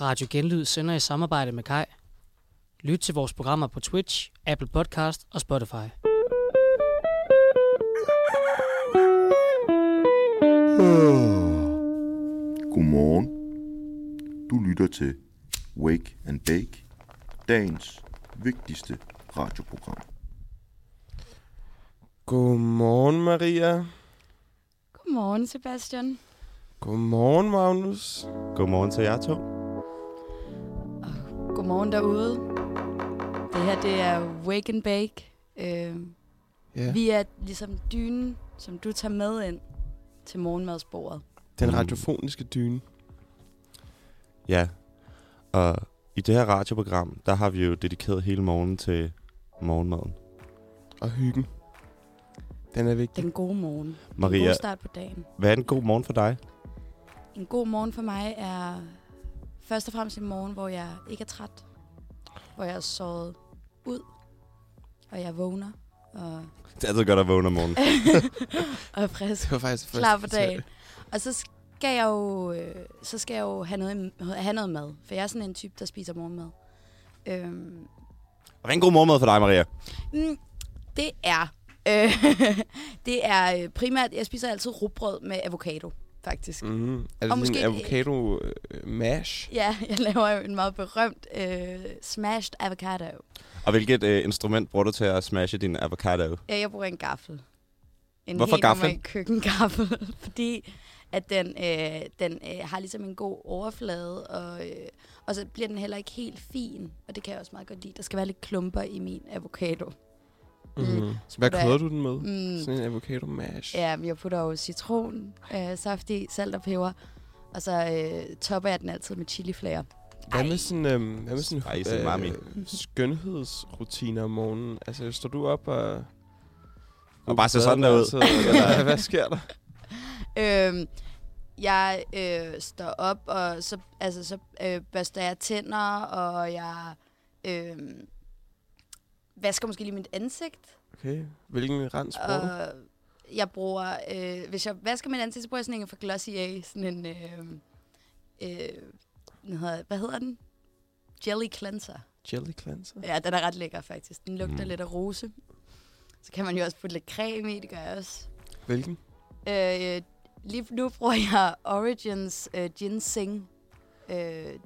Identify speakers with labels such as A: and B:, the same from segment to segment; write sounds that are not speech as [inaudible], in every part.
A: Radio Genlyd sender i samarbejde med Kai. Lyt til vores programmer på Twitch, Apple Podcast og Spotify.
B: Hmm. Godmorgen. Du lytter til Wake and Bake, dagens vigtigste radioprogram.
C: Godmorgen, Maria.
D: Godmorgen, Sebastian.
C: Godmorgen, Magnus.
E: Godmorgen til jer to.
D: Godmorgen derude. Det her, det er Wake and Bake. Øh,
C: Ja.
D: Vi er ligesom dynen, som du tager med ind til morgenmadsbordet.
C: Den
E: Mm.
C: radiofoniske dyne.
E: Ja. Og i det her radioprogram, der har vi jo dedikeret hele morgenen til morgenmaden.
C: Og hyggen. Den er vigtig.
D: Den gode morgen. En
E: Maria,
D: god start på dagen.
E: hvad er en god morgen for dig?
D: En god morgen for mig er først og fremmest en morgen, hvor jeg ikke er træt. Hvor jeg er sovet ud. Og jeg vågner. Og,
E: Det er altid godt at vågne om morgenen.
D: [laughs] og er frisk.
C: Det var faktisk første.
D: klar på
C: til-
D: dagen. Og så skal jeg jo, øh, så skal jeg jo have noget, have noget mad. For jeg er sådan en type, der spiser morgenmad. Øhm,
E: Hvad er en god morgenmad for dig, Maria?
D: mm, det er... Øh, [laughs] det er øh, primært... Jeg spiser altid rugbrød med avocado, faktisk. Mm.
C: Mm. Er
D: Og
C: det sådan
D: måske-
C: en avocado øh, mash?
D: Ja, jeg laver jo en meget berømt øh, smashed avocado.
E: Og hvilket øh, instrument bruger du til at smashe din avocado?
D: Ja, jeg bruger en gaffel. En
E: Hvorfor
D: helt
E: gaffel?
D: normal køkkengaffel, [laughs] fordi at den, øh, den øh, har ligesom en god overflade, og, øh, og så bliver den heller ikke helt fin, og det kan jeg også meget godt lide. Der skal være lidt klumper i min avocado.
C: Mm.
D: Så
C: Hvad
D: putter
C: krydder
D: jeg-
C: du den med?
D: Mm,
C: Sådan en avocado mash.
D: ja, men jeg putter jo citron, øh, saft i, salt og peber, og så øh, topper jeg den altid med chiliflager.
C: Hvad med sådan, øhm, hvad med sådan
E: Spicy mami.
C: skønhedsrutiner om morgenen? Altså, står du op og...
E: Og bare ser sådan der ud.
C: Altså,
E: [laughs]
C: eller hvad sker der?
D: Øhm, jeg øh, står op, og så, altså, så øh, børster jeg tænder, og jeg øh, vasker måske lige mit ansigt.
C: Okay. Hvilken rens bruger du?
D: Og jeg bruger, øh, hvis jeg vasker mit ansigt, så bruger jeg sådan en fra Glossier, sådan en, øh, øh, den hedder- hvad hedder den? Jelly cleanser.
C: Jelly cleanser?
D: Ja, den er ret lækker faktisk. Den lugter
E: Mm.
D: mm. lidt af rose. Så kan man jo også putte lidt creme i, det gør jeg også.
C: Hvilken?
D: Øh, lige nu bruger jeg Origins øh, Ginseng øh,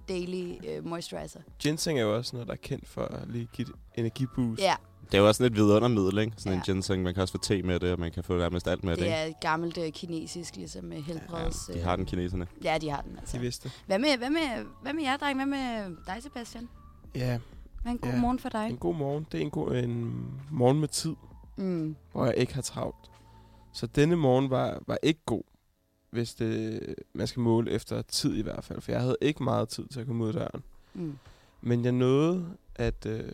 D: Daily øh, Moisturizer.
C: Ginseng er jo også noget, der er kendt for at lige give et energiboost.
D: Ja,
E: Det er jo også sådan et vidundermiddel, ikke? Sådan ja. en
D: Ja.
E: ginseng. Man kan også få te med det, og man kan få nærmest alt med det,
D: det
E: ikke?
D: er et gammelt øh, kinesisk, ligesom med helbreds...
E: Ja, de har den, kineserne.
D: Øh, ja, de har den
C: De
D: altså.
C: vidste.
D: Hvad med, hvad med, hvad med jer, dreng? Hvad med dig, Sebastian?
C: Ja,
D: Hvad en god
C: Ja.
D: ja. morgen for dig?
C: en god morgen. Det er en, god, en morgen med tid,
D: Mm.
C: hvor jeg ikke har travlt. Så denne morgen var, var ikke god, hvis det, man skal måle efter tid i hvert fald. For jeg havde ikke meget tid til at komme ud af døren.
D: Mm.
C: Men jeg nåede at øh,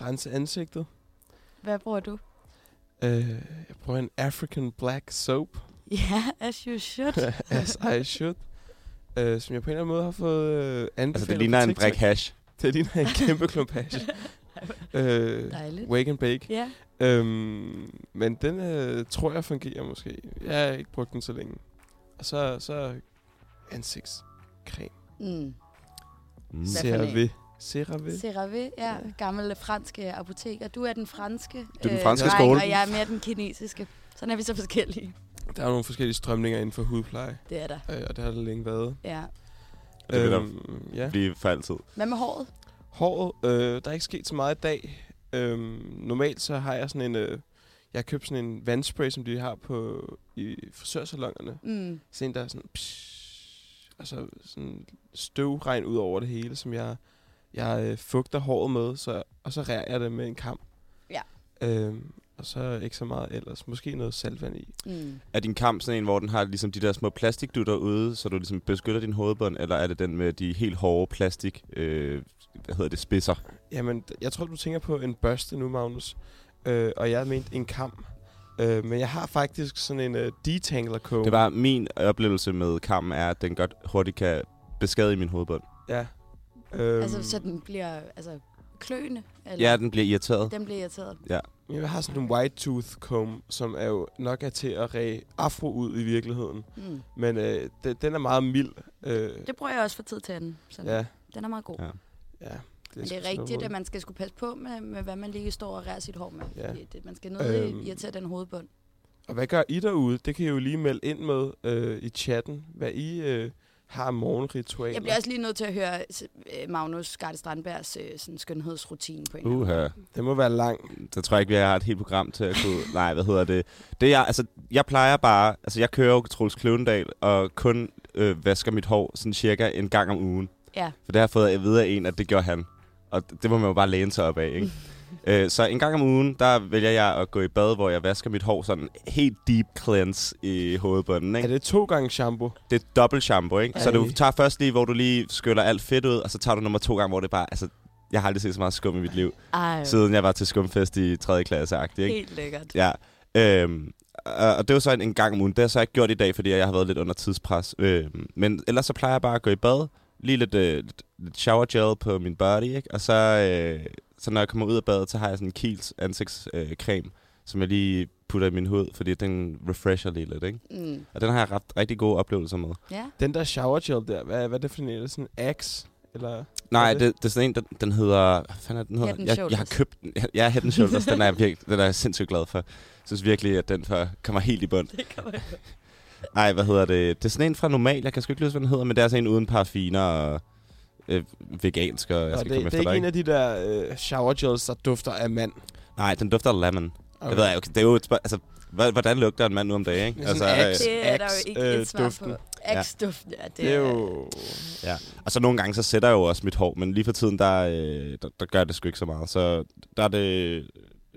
C: rense ansigtet.
D: Hvad bruger du?
C: Øh, jeg bruger en African Black Soap.
D: [laughs] Ja, yeah, as you should.
C: [laughs] as I should. Øh, som jeg på en eller anden måde har fået øh, anbefalet
E: Altså, det
C: på
E: ligner en
C: TikTok.
E: brik hash.
C: [laughs] Det ligner en kæmpe klump
D: [laughs]
C: hash. øh,
D: Dejligt.
C: wake and bake.
D: Ja.
C: Øhm, men den øh, tror jeg fungerer måske. Jeg har ikke brugt den så længe. Og så, så ansigtscreme.
D: Mm.
E: Mm.
D: Hvad for
C: CeraVe. CeraVe.
D: CeraVe, ja. øh, Gamle franske apoteker. Du er den franske.
E: Du er den
D: øh,
E: franske
D: dreng,
E: skole.
D: Og jeg er mere den kinesiske. Sådan er vi så forskellige.
C: Der er nogle forskellige strømninger inden for hudpleje,
D: Det er der.
C: øh, og det har der længe været. Øhm,
D: Ja.
E: Det vil der
C: ja.
E: blive for altid.
D: Hvad med håret?
C: Håret, øh, der er ikke sket så meget i dag. Øhm, normalt så har jeg sådan en... Øh, jeg har købt sådan en vandspray, som de har på i frisørsalongerne.
D: Mm.
C: Sådan en, der er sådan... Psh, og så sådan støvregn ud over det hele, som jeg, jeg øh, fugter håret med, så, og så rærer jeg det med en kam.
D: Ja.
C: Øhm, og så ikke så meget ellers. Måske noget saltvand i.
D: Mm.
E: Er din kamp sådan en, hvor den har ligesom de der små plastikdutter ude, så du ligesom beskytter din hovedbånd, eller er det den med de helt hårde plastik, øh, hvad hedder det, spidser?
C: Jamen, d- jeg tror, du tænker på en børste nu, Magnus. Øh, og jeg mente en kam. Øh, men jeg har faktisk sådan en øh, detangler comb.
E: Det var min oplevelse med kampen er, at den godt hurtigt kan beskadige min hovedbånd.
C: Ja. Øhm,
D: Altså, så den bliver altså, kløende? Eller?
E: Ja, den bliver irriteret.
D: Den bliver irriteret.
C: Jeg har sådan en white tooth comb, som er jo nok er til at ræge afro ud i virkeligheden.
D: Mm.
C: Men øh, den, den er meget mild, Øh,
D: Det bruger jeg også for tid til anden. Så ja.
C: ja,
D: den er meget god.
E: Ja,
C: ja.
D: Men det
C: sgu
D: er
C: sådan
D: rigtigt,
C: noget.
D: at man skal skulle passe på med, med hvad man lige står og rærer sit hår med.
C: Ja.
D: Ja. Det, man skal ned
C: Øhm.
D: øhm. i at tage den hovedbund.
C: Og hvad gør I derude? Det kan I jo lige melde ind med øh, i chatten, hvad I øh, har af morgenritualer.
D: Jeg bliver også lige nødt til at høre øh, Magnus Garde Strandbergs øh, sådan skønhedsrutine på en eller anden
E: Uha.
C: Det må være lang.
E: Så tror jeg ikke, vi har et helt program til at kunne... Nej, hvad hedder det? Det jeg, altså, jeg plejer bare... Altså, jeg kører jo Troels Kløvendal, og kun øh, vasker mit hår sådan cirka en gang om ugen.
D: Ja.
E: For det har jeg fået at vide af en, at det gjorde han. Og d- det må man jo bare læne sig op af,
D: [laughs]
E: ikke? øh, så en gang om ugen, der vælger jeg at gå i bad, hvor jeg vasker mit hår sådan helt deep cleanse i hovedbunden,
C: Er
E: ikke?
C: det to gange shampoo?
E: Det er dobbelt shampoo, ikke? Så
C: Ej.
E: du tager først lige, hvor du lige skyller alt fedt ud, og så tager du nummer to gange, hvor det bare... Altså, jeg har aldrig set så meget skum i mit liv,
D: Ej,
E: siden jeg var til skumfest i 3. klasse, ikke?
D: helt lækkert.
E: Ja. Øhm, og og det var så en, en gang om ugen. Det har jeg så ikke gjort i dag, fordi jeg har været lidt under tidspres. Øhm, men ellers så plejer jeg bare at gå i bad. Lige lidt, øh, lidt, lidt shower gel på min body, ikke? Og så, øh, så når jeg kommer ud af badet, så har jeg sådan en Kiels ansigtscreme, øh, creme, som jeg lige putter i min hud, fordi den refresher lige lidt, ikke?
D: Mm.
E: Og den har jeg ret, rigtig gode oplevelser med.
D: Ja.
C: Den der shower gel der, hvad, hvad definerer det? Sådan en axe? Eller
E: Nej,
C: det-
E: det, det er sådan en, den, den hedder... Hvad fanden er den hedder?
D: Head and
E: jeg, jeg har
D: Shoulders.
E: købt den. Jeg, jeg Head and Shoulders. den, er
D: [laughs]
E: jeg virkelig, den er jeg sindssygt glad for. Jeg synes virkelig, at den for, kommer helt i bund. [laughs] Nej, hvad hedder det? Det er sådan en fra normal. Jeg kan sgu ikke huske, hvad den hedder, men det er altså en uden paraffiner og øh, vegansk, og jeg
C: og
E: skal
C: det,
E: komme
C: det er ikke
E: efter dig.
C: en
E: Ikke?
C: af de der øh, shower gels, der dufter af mand.
E: Nej, den dufter af lemon. Okay. Jeg ved, ikke, okay, det er jo et spørg- Altså, hva- hvordan lugter en mand nu om dagen, ikke?
C: Det er sådan en axe.
E: øh,
D: Det er der jo ikke
C: Axe, øh,
D: et svar
C: duften.
D: [laughs] på. Axe-duften, ja.
C: Det er jo...
E: og så nogle gange, så sætter jeg jo også mit hår, men lige for tiden, der, øh, der, der gør det sgu ikke så meget. Så der er det...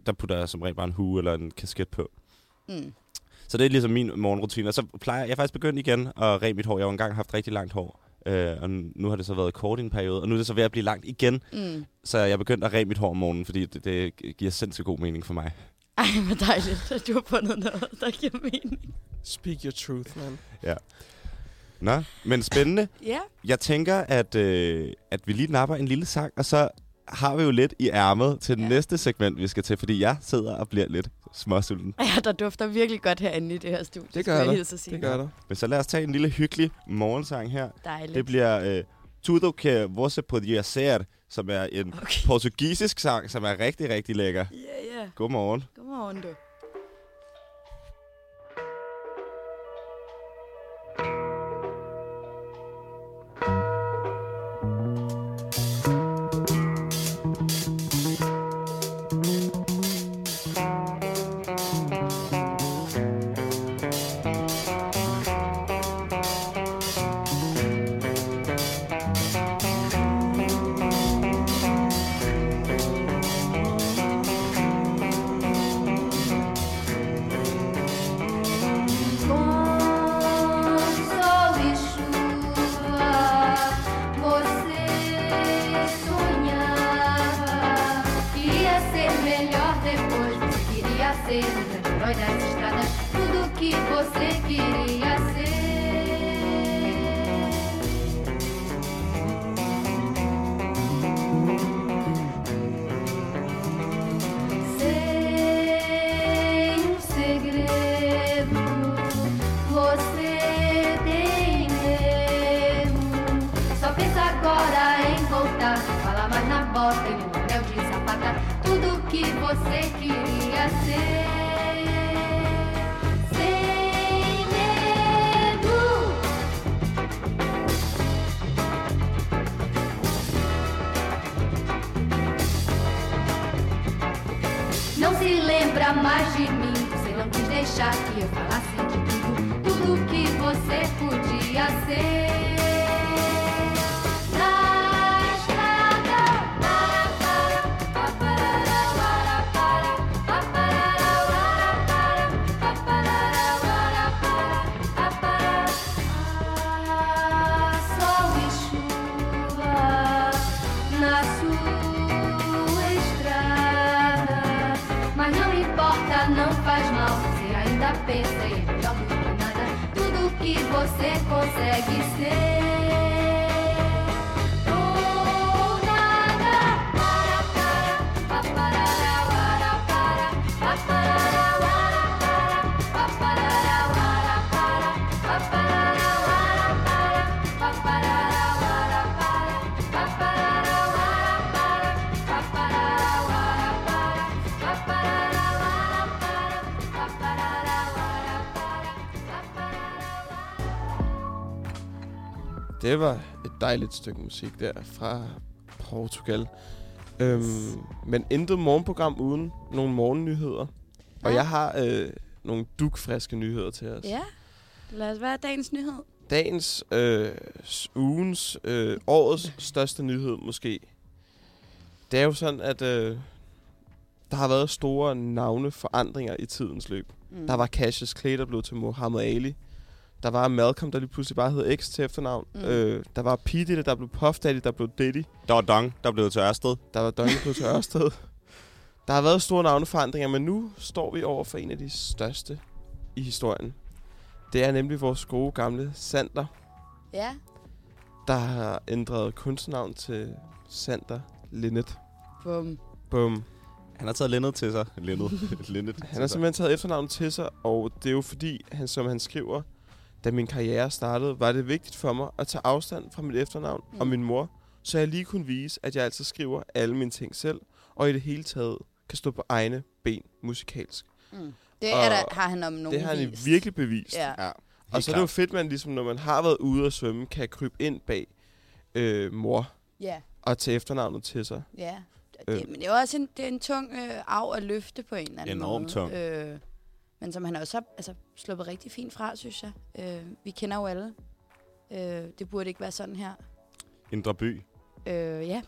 E: Der putter jeg som regel bare en hue eller en kasket på.
D: Mm.
E: Så det er ligesom min morgenrutine. Og så plejer jeg, jeg er faktisk begyndt igen at ræbe mit hår. Jeg har jo engang haft rigtig langt hår. Øh, og nu har det så været kort i en periode, og nu er det så ved at blive langt igen.
D: Mm.
E: Så jeg er begyndt at ræbe mit hår om morgenen, fordi det, det giver sindssygt god mening for mig.
D: [laughs] Ej, hvor dejligt, at du har fundet noget, der giver mening.
C: Speak your truth, man.
E: Nå, men spændende.
D: Ja.
E: Jeg tænker, at, øh, at vi lige napper en lille sang, og så har vi jo lidt i ærmet til ja.
D: Ja.
E: næste segment, vi skal til, fordi jeg sidder og bliver lidt småsulten.
D: ja, der dufter virkelig godt herinde i det her studie.
C: Det gør
D: skulle jeg
C: der.
D: hilse at sige.
C: Det gør der.
E: Men så lad os tage en lille hyggelig morgensang her.
D: Dejligt.
E: Det bliver øh, Tudo que você podia ser, som er en
D: Okay.
E: portugisisk sang, som er rigtig, rigtig lækker.
D: Ja, ja.
E: Godmorgen.
D: Godmorgen, du.
F: Com sol e chuva, você sonhava que ia ser melhor depois. Você queria ser um herói das estradas, tudo que você queria ser. Sem um segredo, você tem mesmo. Só pensa agora em voltar. Fala mais na bota e no anel de sapata. Tudo que você queria ser. Sem medo. Não se lembra mais de mim. Você não quis deixar que eu falasse de tudo, tudo que você podia ser. Na estrada, para, para, pa, parará, para, para, pa, parará, para, para, pa, parará, para, para, pa, parará. Ah, sol e chuva na sua estrada, mas não importa, não faz mal. Se ainda pensa e é melhor do que nada, tudo que você consegue ser. Ou nada. Para, para, pa, parará, para, para, pa, parará, para, para, pa, parará, para, para, pa, parará, para, para, pa, parará,
C: Det var et dejligt stykke musik der fra Portugal. Øhm, men intet morgenprogram uden nogle morgennyheder. Og
D: Nej.
C: jeg har øh, nogle dukfriske nyheder til os.
D: Ja. Lad os være dagens nyhed.
C: Dagens, øh, s- ugens, øh, årets største nyhed måske. Det er jo sådan, at øh, der har været store navneforandringer i tidens løb.
D: Mm.
C: Der var Cassius Clay, der blev til Muhammad Ali. Der var Malcolm, der lige pludselig bare hed X til efternavn.
D: Mm.
C: Mm. Øh, der var P. Diddy, der blev Puff Daddy, der blev Diddy.
E: Der var Dong, der blev til Ørsted.
C: Der var Donny på til Ørsted. Der har været store navneforandringer, men nu står vi over for en af de største i historien. Det er nemlig vores gode gamle Sander,
D: Ja.
C: der har ændret kunstnavn til Sander Linnet.
D: Bum.
C: Bum.
E: Han har taget Linnet til sig. Linnet. Linnet
C: [laughs] Han har simpelthen taget efternavnet til sig, og det er jo fordi, han, som han skriver, da min karriere startede, var det vigtigt for mig at tage afstand fra mit efternavn mm. og
D: Mm.
C: min mor, så jeg lige kunne vise, at jeg altid skriver alle mine ting selv, og i det hele taget kan stå på egne ben musikalsk.
D: Mm. Det
C: Og
D: er der, har han om nogen
C: det har han
D: vist.
C: virkelig bevist.
D: Ja.
E: Ja.
C: og så er det jo fedt, man ligesom, når man har været ude at svømme, kan krybe ind bag øh, mor
D: Ja.
C: og tage efternavnet til sig.
D: Ja. Det,
C: Øh.
D: Men det er jo også en, det er en tung øh, arv at løfte på en eller anden
E: Enormt
D: måde.
E: tung.
D: Øh, men som han også har altså, sluppet rigtig fint fra, synes jeg. Øh, vi kender jo alle. Øh, det burde ikke være sådan her.
E: Indre by.
D: Øh, ja. Jeg,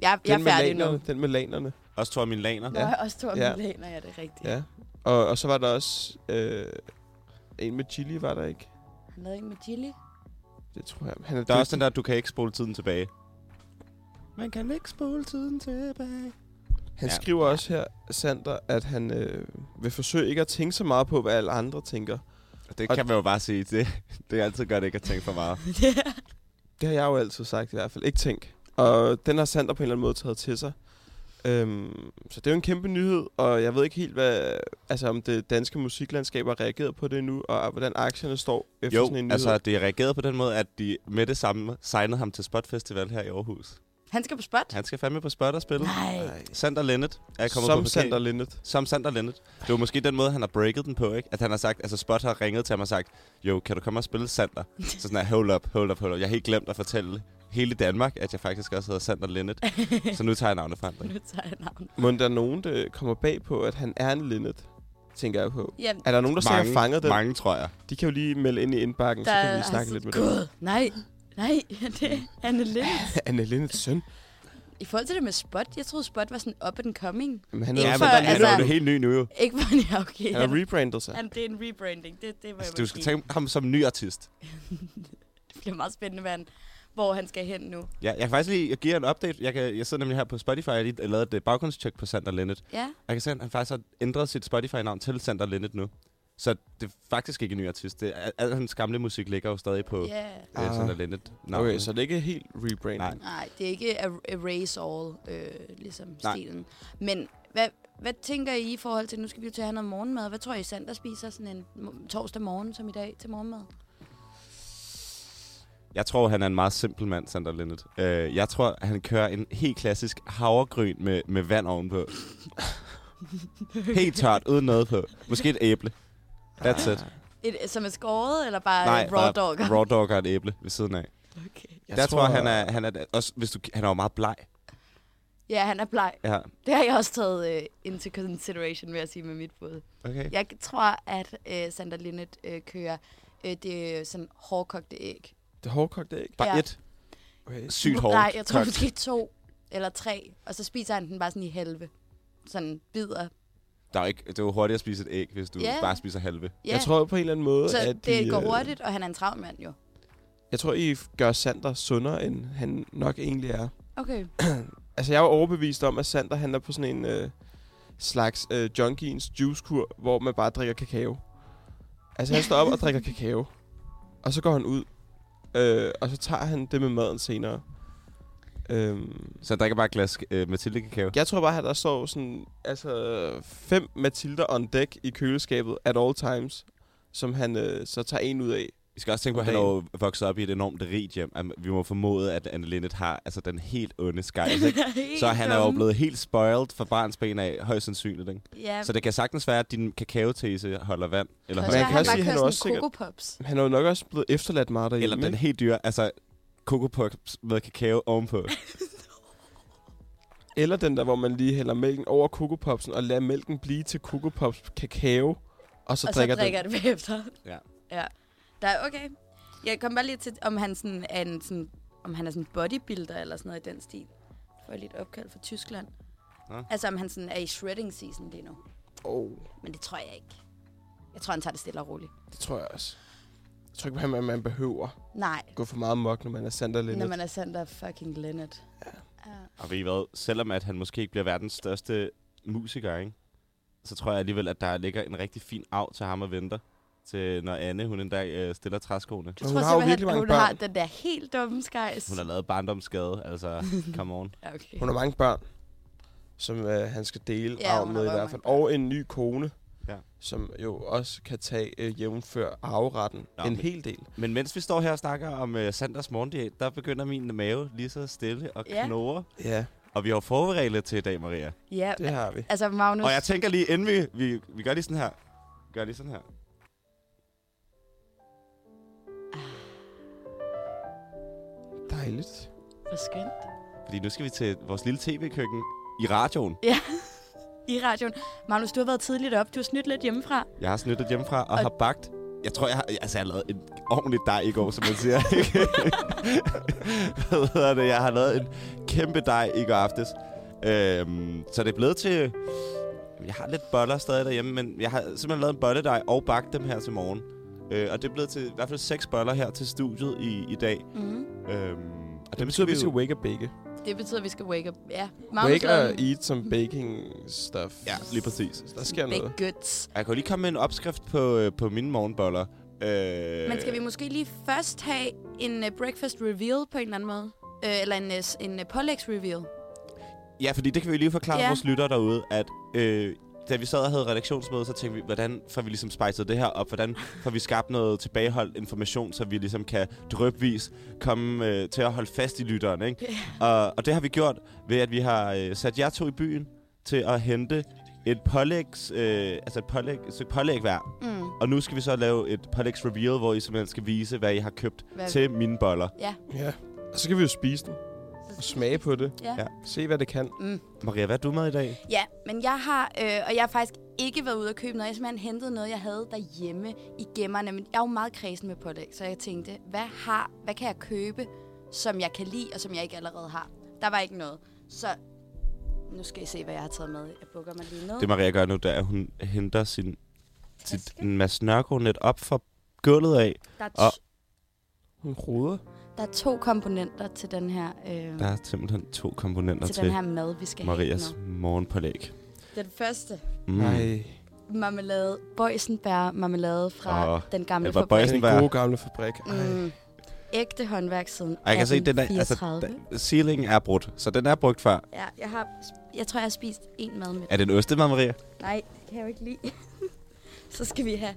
D: jeg
C: Den
D: er
C: med
D: færdig nu.
C: lanerne. Den med lanerne.
E: Også tror min laner.
D: Nå, jeg også to
C: Ja.
D: ja. milaner, ja, det er rigtigt.
C: Ja. Og, og så var der også øh, en med chili, var der ikke?
D: Han lavede en med chili.
C: Det tror jeg. Han er
E: Der er
C: dygtig.
E: også den der, du kan ikke spole tiden tilbage. Man kan ikke spole tiden tilbage.
C: Han
E: Ja.
C: ja. skriver også her, Sander, at han øh, vil forsøge ikke at tænke så meget på, hvad alle andre tænker.
E: Det
C: Og-
E: kan man jo bare sige. Det, [laughs] det er altid godt ikke at tænke for meget.
C: Det har jeg jo altid sagt i hvert fald. Ikke tænk. Og den har Sander på en eller anden måde taget til sig. Øhm, så det er jo en kæmpe nyhed, og jeg ved ikke helt, hvad, altså, om det danske musiklandskab har reageret på det nu, og hvordan aktierne står efter sådan en
E: Jo,
C: nyhed.
E: altså det reagerede på den måde, at de med det samme signede ham til Spot Festival her i Aarhus.
D: Han skal på
C: [laughs]
D: spot.
E: Han skal fandme på Spot og spille.
D: Nej.
C: Ej,
E: Sander Lennet er kommet på
C: som
E: parket.
C: Sander Lindet.
E: Som Sander Lennet. Det var måske den måde, han har breaket den på, ikke? At han har sagt, altså Spot har ringet til ham og sagt, jo, kan du komme og spille Sander?
D: [laughs]
E: Så sådan her, hold up, hold up, hold up. Jeg har helt glemt at fortælle hele Danmark, at jeg faktisk også hedder Sander
D: [laughs]
E: Lennet. så nu tager jeg navneforandring.
D: Nu tager jeg navnet.
C: Må der nogen, der kommer bag på, at han er en Lindet, tænker jeg på.
D: Jamen,
C: Er der nogen, der sikkert har fanget den?
E: mange, tror jeg.
C: De kan jo lige melde ind i indbakken, så kan vi lige snakke lidt med dem.
D: altså- Gud, nej. Nej, [laughs] det er Anne Lind.
C: [laughs] Anne Lindets søn.
D: I forhold til det med spot, jeg troede spot var sådan up and coming.
C: Jamen, han
E: Ja,
C: er,
E: men
D: for-
E: den, altså,
D: altså-
E: han er jo helt ny nu jo.
D: Ikke [laughs] for en ja, okay.
C: han har rebrandet sig.
D: han, det er en rebranding. Det, det var
E: Altså,
D: jeg
E: du
D: måske-
E: skal tænke ham som ny artist.
D: Det bliver meget spændende, hvad han, hvor han skal hen nu.
E: Ja, jeg kan faktisk lige give jer en update. Jeg, kan, jeg sidder nemlig her på Spotify, og jeg har lige lavet et øh, baggrundstjek på Sander Lennet.
D: Ja,
E: Og Jeg kan se, at han faktisk har ændret sit Spotify-navn til Sander Lennet nu. Så det er faktisk ikke en ny artist. Det er, al hans gamle musik ligger jo stadig på yeah.
D: ja.
E: øh,
C: Ah.
E: Sander Lennet.
C: Okay, så det er ikke helt rebranding.
E: Nej.
D: Nej, det er ikke er- erase all, øh, ligesom
E: Nej.
D: stilen. Men hvad, hvad tænker I i forhold til, nu skal vi jo til at have noget morgenmad. Hvad tror I, Sander spiser sådan en mo- torsdag morgen som i dag til morgenmad?
E: Jeg tror, han er en meget simpel mand, Sander Lennet. Øh, jeg tror, han kører en helt klassisk havregryn med, med vand
D: [laughs]
E: ovenpå. helt tørt, uden noget på. Måske et æble. That's it.
D: Et, som er skåret, eller bare
E: Nej,
D: raw
E: bare
D: dog?
E: raw dog og et æble ved siden af.
D: Okay.
E: Jeg der tror, tror han er, han er også, hvis du, han er jo meget bleg.
D: Ja, han er bleg.
E: Ja.
D: Det har jeg også taget øh, into consideration, vil jeg sige, med mit bud.
E: Okay.
D: Jeg tror, at øh, Sander Linnet øh, kører øh, det er sådan hårdkogte æg.
C: Det er hårdkogt æg.
E: Bare
D: Ja.
E: et
C: Okay.
E: Øh, sygt hårdt.
D: Nej, jeg tror
E: kogt.
D: måske to eller tre, og så spiser han den bare sådan i halve. Sådan bider.
E: Der er jo ikke, det er jo hurtigt at spise et æg, hvis du
D: Ja.
E: bare spiser halve.
D: Ja.
C: Jeg tror på en eller anden måde,
D: Så
C: at
D: det
C: I,
D: går
C: øh,
D: hurtigt, og han er en travl mand jo.
C: Jeg tror, I gør Sander sundere, end han nok egentlig er.
D: Okay.
C: [clears throat] Altså, jeg er jo overbevist om, at Sander han er på sådan en øh, slags øh, junkiens juicekur, hvor man bare drikker kakao. Altså, han står op og drikker kakao. Og så går han ud. Øh, og så tager han det med maden senere. Øhm,
E: Så jeg drikker bare et glas øh, Mathilde kakao.
C: jeg tror bare, at der står sådan, altså, fem Matilda on deck i køleskabet at all times, som han øh, så tager en ud af
E: Vi skal også tænke på, at han er jo vokset op i et enormt rigt hjem. Am- Vi må formode, at Anne Linnet har altså, den helt onde
D: [laughs]
E: skejs. ikke? Så han er jo blevet helt spoiled fra barns ben af, højst sandsynligt. Ikke?
D: Ja,
E: Så det kan sagtens være, at din kakaotese holder vand. Eller,
D: eller
C: Men
D: også,
C: man
E: holder,
C: kan
D: jeg
C: også
D: kan
C: sige,
D: bare
C: at han
D: kørt
C: er også
D: sådan
C: sikkert-
D: Coco Pops.
C: Han er jo nok også blevet efterladt meget derhjemme.
E: eller den
C: ikke?
E: helt dyre, altså Coco Pops med kakao
D: [laughs]
E: ovenpå.
C: eller den der, hvor man lige hælder mælken over kokopopsen og lader mælken blive til kokopops kakao. Og så,
D: og
C: drikker,
D: så drikker jeg det bagefter.
E: Ja.
D: ja. Der er okay. Jeg kom bare lige til, om han, sådan er en, sådan, om han er sådan bodybuilder eller sådan noget i den stil. Får jeg lige et opkald fra Tyskland.
E: Nå.
D: Altså om han sådan er i shredding season lige nu.
C: den. Oh,
D: Men det tror jeg ikke. Jeg tror, han tager det stille og roligt.
C: det tror jeg også. Jeg tror ikke, at man, man behøver
D: Nej,
C: gå for meget mok, når man er Sander
D: når
C: Linnet.
D: man er Sander fucking Leonard. Ja.
E: Og ved I hvad, selvom at han måske ikke bliver verdens største musiker, ikke? så tror jeg alligevel, at der ligger en rigtig fin arv til ham og venter, til når Anne hun en dag øh, stiller træskoene.
D: Du
C: Men
D: tror
C: hun har jo
D: simpelthen,
C: virkelig
D: at
C: mange
D: hun har
C: børn.
D: den der helt dumme skejs.
E: Hun har lavet barndomsskade,
D: [laughs]
E: altså come on.
D: Ja, okay.
C: Hun har mange børn, som øh, han skal dele
D: Ja,
C: ja, arven
D: hun
C: med
D: har
C: i
D: røv
C: hvert fald.
D: mange
C: Og en ny kone,
E: Ja.
C: ja. som jo også kan tage øh, jævnfør arveretten
E: Nå,
C: ja, en
E: men-
C: hel del.
E: Men mens vi står her og snakker om øh, Sanders morgendiæt, der begynder min mave lige så stille og
D: Ja.
E: knurre.
C: Ja,
E: Og vi har jo forberedt lidt til i dag, Maria.
D: Ja,
C: det har vi.
D: altså Magnus,
E: Og jeg tænker lige, inden vi, vi, vi gør lige sådan her. Vi gør lige sådan her.
C: Dejligt.
D: hvor skønt.
E: Fordi nu skal vi til vores lille tv-køkken i radioen.
D: [laughs] I radioen. Magnus, du har været tidligt op. Du har snydt lidt hjemmefra.
E: Jeg har snyttet hjemmefra og,
D: Og-
E: har bagt. Jeg tror, jeg har, altså, jeg har lavet en ordentlig dej i går, som man siger. ikke? Hvad hedder det? Jeg har lavet en kæmpe dej i går aftes. Øhm, så det er blevet til... Jeg har lidt boller stadig derhjemme, men jeg har simpelthen lavet en bolledej og bagt dem her til morgen. Øh, og det er blevet til i hvert fald seks boller her til studiet i, i dag.
D: Mm.
E: Øhm, og
C: Det betyder, at vi skal wake og bake.
D: Det betyder, at vi skal wake up. Ja.
C: Wake
D: lavede
C: og eat some baking stuff.
E: Ja, lige præcis.
C: Der sker
D: baked
C: noget.
D: goods.
E: Jeg kan jo lige komme med en opskrift på, øh, på mine morgenboller. Øh,
D: Men skal vi måske lige først have en uh, breakfast reveal på en eller anden måde? Uh, eller en, uh, en uh, pålægs reveal?
E: Ja, fordi det kan vi lige forklare ja.
D: Ja.
E: vores lytter derude, at øh, da vi sad og havde redaktionsmøde, så tænkte vi, hvordan får vi ligesom spejset det her op? Hvordan får vi skabt noget tilbageholdt information, så vi ligesom kan drøbvis komme øh, til at holde fast i lytteren, ikke? Og, og det har vi gjort ved, at vi har øh, sat jer to i byen til at hente et pålægs, øh, altså et pålæg, et stykke pålæg hver.
D: Mm.
E: Og nu skal vi så lave et pålægs reveal, hvor I simpelthen skal vise, hvad I har købt
D: Hvad-
E: til mine boller.
C: Ja, og så kan vi jo spise den. Og smage på det.
D: Ja.
E: Ja.
C: Se, hvad det kan.
D: Mm.
E: Maria, hvad er du med i dag?
D: Ja, men jeg har, øh, og jeg har faktisk ikke været ude at købe noget. Jeg har simpelthen hentet noget, jeg havde derhjemme i gemmerne. Men jeg er jo meget kredsen med pålæg, så jeg tænkte, hvad, har, hvad kan jeg købe, som jeg kan lide, og som jeg ikke allerede har? Der var ikke noget. Så nu skal I se, hvad jeg har taget med. Jeg bukker mig lige ned.
E: Det Maria gør nu, det er, at hun henter sin sit
D: Taske.
E: Mads Nørgaard net op fra gulvet af.
D: Der, er t-
E: og-
C: Hun roder.
D: der er to komponenter til den her, øh,
E: Der er simpelthen to komponenter
D: til
E: til,
D: den her mad, vi skal
E: Marias
D: have
E: morgenpålæg.
D: nu. Den første
E: Mm.
C: Nej.
D: marmelade, Boysenbær marmelade fra
E: Åh,
D: oh, den gamle
E: Albert
D: fabrik.
E: Boysen.
C: Den
E: Hvad?
C: gode gamle fabrik. Ej.
D: Mm. Ægte håndværk siden
E: Og jeg kan se, den der, altså,
D: 1834.
E: da, sealingen er brudt, så den er brugt før.
D: Ja, jeg, har, jeg tror, jeg har spist en mad med.
E: Er det en ostemad, Maria?
D: [laughs] Nej, det kan jeg jo ikke lide. [laughs] Så skal vi have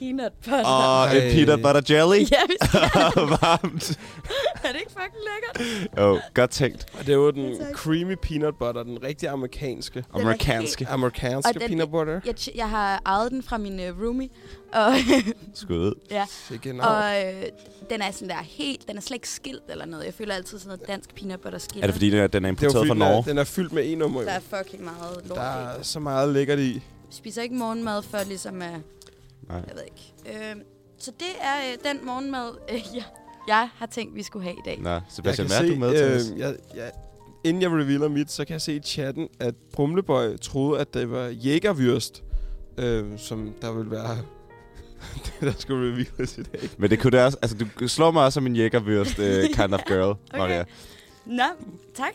D: peanut butter.
E: Og en
C: Ej.
E: peanut butter jelly. [laughs]
D: [laughs] Ja, vi skal.
E: Varmt.
D: [laughs] er det ikke fucking lækkert?
E: Jo, oh, godt tænkt.
C: Og det er jo den
D: Tak.
C: creamy peanut butter, den rigtig amerikanske.
D: er
E: Amerikanske.
C: Amerikanske
D: Og den-
C: peanut butter.
D: Jeg, tj- jeg har ejet den fra min uh, roomie, og, [laughs]
E: Skud ud.
D: ja,
C: Sikke navn.
D: og øh, den er sådan der helt, den er slet ikke skilt eller noget. Jeg føler altid sådan noget dansk peanut butter skilt.
E: Er det fordi, den er, den er
C: Det er jo fordi,
E: importeret fra
C: den er-
E: Norge?
C: Den er fyldt med en nummer.
D: Der er fucking meget lort.
C: Der
D: Der...
C: er så meget lækkert i.
D: Spiser ikke morgenmad før ligesom, uh,
E: Nej.
D: jeg ved ikke. Øh, så det er øh, den morgenmad, øh, [laughs] jeg, jeg har tænkt, vi skulle have i dag.
E: Nå,
C: Jeg
E: Sebastian,
C: kan
E: hvad er
C: se,
E: du med til os?
C: øh, jeg, jeg, inden jeg revealer mit, så kan jeg se i chatten, at Brumlebøj troede, at det var jægervyrst, øh, som der ville være [laughs] det, der skulle reveales i dag.
E: Men det kunne det også, altså du slår mig også som en jækkervyrst uh, kind of girl, Maria.
D: Nå, tak,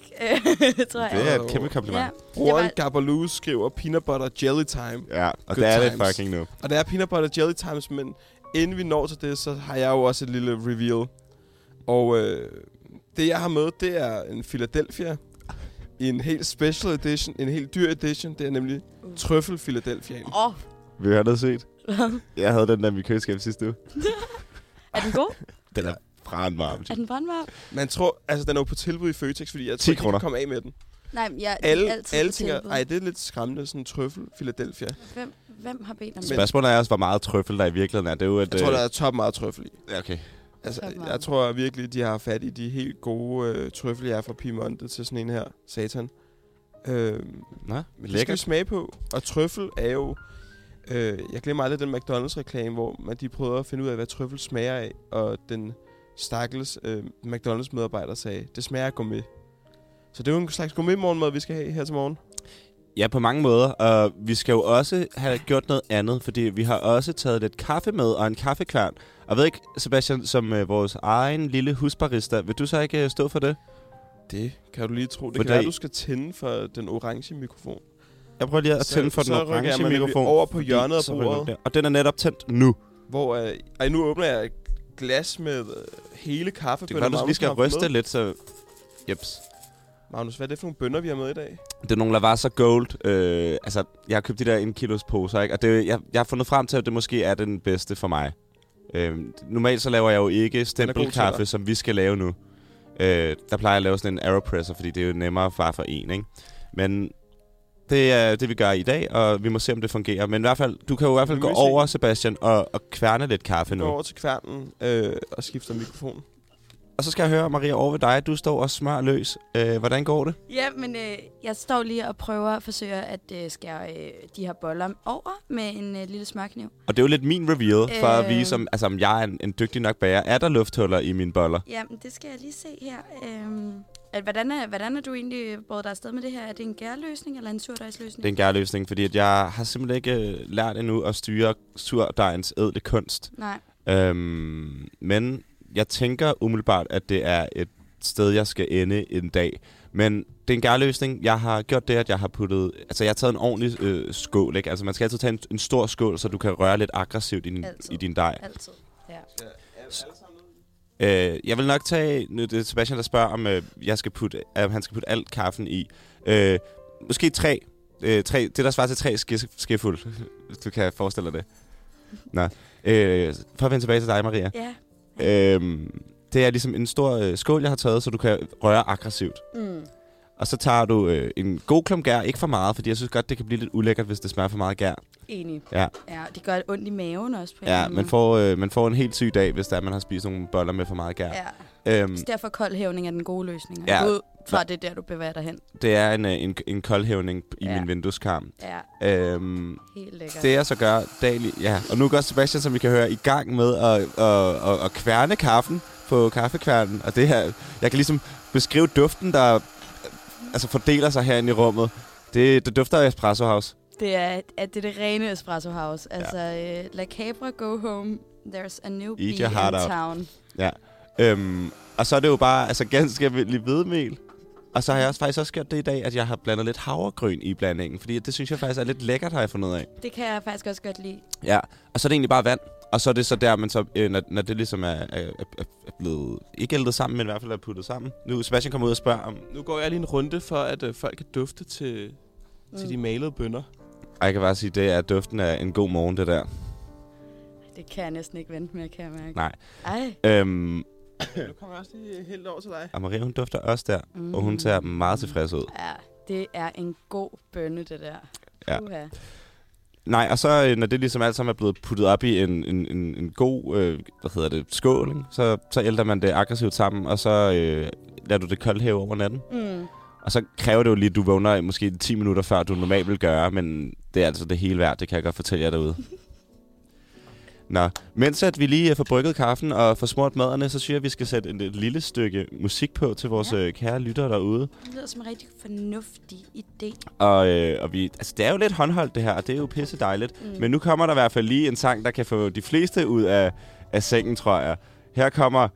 D: [laughs] tror jeg.
E: Det er et kæmpe kompliment.
D: Ja.
C: Roren
D: Det
C: Gabaloo skriver peanut butter jelly time.
E: Ja, og
C: Good
E: det er det
C: times.
E: fucking nu.
C: Og det er peanut butter jelly times, men inden vi når til det, så har jeg jo også et lille reveal. Og øh, det, jeg har med, det er en Philadelphia. I en helt special edition, en helt dyr edition. Det er nemlig trøffel Philadelphia.
D: Mm. Åh,
E: Vi har noget set. Jeg havde den der i mit køleskab sidste uge.
D: Er den
E: [laughs]
D: god?
E: Den er brandvarm.
D: er den brandvarm?
C: Man tror, altså den er jo på tilbud i Føtex, fordi jeg
E: 10
C: tror, ikke, de
E: kroner.
C: kan komme af med den.
D: Nej, men jeg de er
C: Alle,
D: altid
C: alle
D: på
C: tænker,
D: tilbud.
C: ej, det er lidt skræmmende, sådan en trøffel Philadelphia.
D: Hvem, hvem har bedt om det?
E: Spørgsmålet er også, hvor meget trøffel der i virkeligheden er. Det er jo et...
C: Jeg tror,
E: øh,
C: der er top meget trøffel i.
E: ja, Okay.
C: Altså,
D: Top meget.
C: jeg tror virkelig, de har fat i de helt gode øh, trøffel, jeg er fra Piemonte til sådan en her, satan. Øhm,
E: Nå,
C: Men det skal vi
E: lækkert.
C: smage på. Og trøffel er jo... Øh, jeg glemmer aldrig den McDonald's-reklame, hvor man de prøvede at finde ud af, hvad trøffel smager af. Og den stakkels øh, McDonald's-medarbejder sagde, det smager af gourmet. Så det er jo en slags gourmet-morgenmad, vi skal have her til morgen.
E: Ja, på mange måder. Og vi skal jo også have gjort noget andet, fordi vi har også taget lidt kaffe med og en kaffekværn. Og ved ikke, Sebastian, som øh, vores egen lille husbarista, vil du så ikke øh, stå for det?
C: Det kan du lige tro. Det
E: Hvordan-
C: kan være, du skal tænde for den orange mikrofon.
E: Jeg prøver lige at
C: Så-
E: tænde for den
C: så rykker jeg
E: orange
C: mig nemlig
E: mikrofon.
C: over på
E: fordi
C: hjørnet af
E: så rykker den
C: bordet.
E: der. Og den er netop tændt nu.
C: Hvor, øh, ej, nu åbner jeg et glas med øh, hele kaffe.
E: Det kan være, du lige skal ryste lidt, så... Jeps.
C: Magnus, hvad er det for nogle bønder, vi har med i dag?
E: Det er nogle Lavazza Gold. Øh, altså, jeg har købt de der en kilos poser, ikke? Og det, jeg, jeg har fundet frem til, at det måske er den bedste for mig. Øh, normalt så laver jeg jo ikke
C: god til
E: stempelkaffe,
C: dig.
E: som vi skal lave nu. Øh, der plejer jeg at lave sådan en aeropresser, fordi det er jo nemmere bare for en, ikke? Men det er det, vi gør i dag, og vi må se, om det fungerer. Men i hvert fald, du kan jo i hvert fald
C: Vi
E: gå
C: må se.
E: over, Sebastian, og, og kværne lidt kaffe
C: Vi går
E: nu.
C: over til kværnen øh, og skifter mikrofon.
E: Og så skal jeg høre, Maria, over ved dig. Du står og smør løs. Øh, hvordan går det?
D: Ja, men øh, jeg står lige og prøver at forsøge at øh, skære øh, de her boller over med en øh, lille smørkniv.
E: Og det er jo lidt min reveal, for at
D: Øh.
E: vise, om, altså, om jeg er en, en dygtig nok bager. Er der lufthuller i mine boller?
D: Jamen, det skal jeg lige se her. Øhm, at, hvordan, er, hvordan er du egentlig båret dig afsted med det her? Er det en gærløsning eller en surdejsløsning?
E: Det er en gærløsning, fordi at jeg har simpelthen ikke øh, lært endnu at styre surdejens ædle kunst.
D: Nej.
E: Øhm, men jeg tænker umiddelbart, at det er et sted, jeg skal ende en dag. Men det er en gærløsning. Jeg har gjort det, at jeg har puttet... Altså, jeg har taget en ordentlig øh, skål, ikke? Altså, man skal altid tage en, en stor skål, så du kan røre lidt aggressivt i din,
D: Altid.
E: i din dej.
D: Altid. Ja.
E: Øh, jeg vil nok tage... Nu er det Sebastian, der spørger, om øh, jeg skal putte, øh, han skal putte alt kaffen i. Øh, måske tre. Øh, tre. Det, der svarer til tre ske, skefuld. Hvis du kan forestille dig det. Nå. Øh, for at vende tilbage til dig, Maria.
D: ja.
E: Øh, det er ligesom en stor øh, skål, jeg har taget, så du kan røre aggressivt.
D: Mm.
E: Og så tager du øh, en god klump gær. Ikke for meget, fordi jeg synes godt, det kan blive lidt ulækkert, hvis det smager for meget gær.
D: Enig.
E: Ja.
D: ja. det gør ondt i maven også på en eller
E: Ja,
D: anden
E: man
D: måde.
E: får, øh, man får en helt syg dag, hvis det er, man har spist nogle boller med for meget gær.
D: Ja.
E: Øhm,
D: Så derfor kold hævning er den gode løsning.
E: Ja.
D: Ja. Ud fra det er der, du bevæger dig hen.
E: Det er en, øh, en, en koldhævning i ja.
D: Ja.
E: min vindueskarm.
D: Ja,
E: Øhm,
D: helt lækkert.
E: det jeg så gør dagligt... Ja, og nu går Sebastian, som vi kan høre, i gang med at, at, at, at kværne kaffen på kaffekværnen. Og det her... Jeg kan ligesom beskrive duften, der øh, altså fordeler sig herinde i rummet. Det, det dufter af Espresso House.
D: Det er, at det er det rene Espresso House. Altså, ja. La Cabra, go home. There's a new
E: Eat
D: bee
E: your
D: in
E: heart out.
D: town.
E: Øhm, og så er det jo bare altså, ganske almindelig hvedemel. Og så har jeg også faktisk også gjort det i dag, at jeg har blandet lidt havregryn i blandingen. Fordi det synes jeg faktisk er lidt lækkert, har jeg fundet ud af.
D: Det kan jeg faktisk også godt lide.
E: Ja, og så er det egentlig bare vand. Og så er det så der, man så, øh, når, når det ligesom er, er, er, er blevet, ikke ældet sammen, men i hvert fald er puttet sammen. Nu Sebastian kommer ud og spørger om,
C: Nu går jeg lige en runde for, at øh, folk kan dufte til, mm. til de malede bønder.
E: og jeg kan bare sige, det er duften af en god morgen, det der.
D: Det kan jeg næsten ikke vente med, kan jeg mærke.
E: Nej.
D: Ej.
E: Øhm,
C: Nu kommer jeg også lige helt over til dig.
E: og Maria, hun dufter også der, mm. og hun ser meget tilfreds ud.
D: Ja, det er en god bønne, det der.
E: Ja.
D: Uha.
E: Nej, og så øh, når det ligesom alt sammen er blevet puttet op i en, en, en, en god, øh, hvad hedder det, skål, ikke? så, så ælder man det aggressivt sammen, og så øh, lader du det koldt hæve over natten.
D: Mm.
E: Og så kræver det jo lige, at du vågner i måske 10 minutter før, du normalt vil gøre, men det er altså det hele værd, det kan jeg godt fortælle jer
D: [laughs]
E: derude. Nå, mens at vi lige øh, får brygget kaffen og får smurt maderne, så synes jeg, at vi skal sætte en, et lille stykke musik på til vores
D: Ja.
E: ja. kære lyttere derude.
D: Det lyder som en rigtig fornuftig idé.
E: Og, øh, og vi, altså, det er jo lidt håndholdt det her, og det er jo pisse dejligt. Mm. Men nu kommer der i hvert fald lige en sang, der kan få de fleste ud af, af sengen, tror jeg. Her kommer...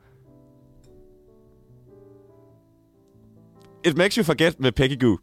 E: It Makes You Forget med Peggy Goo.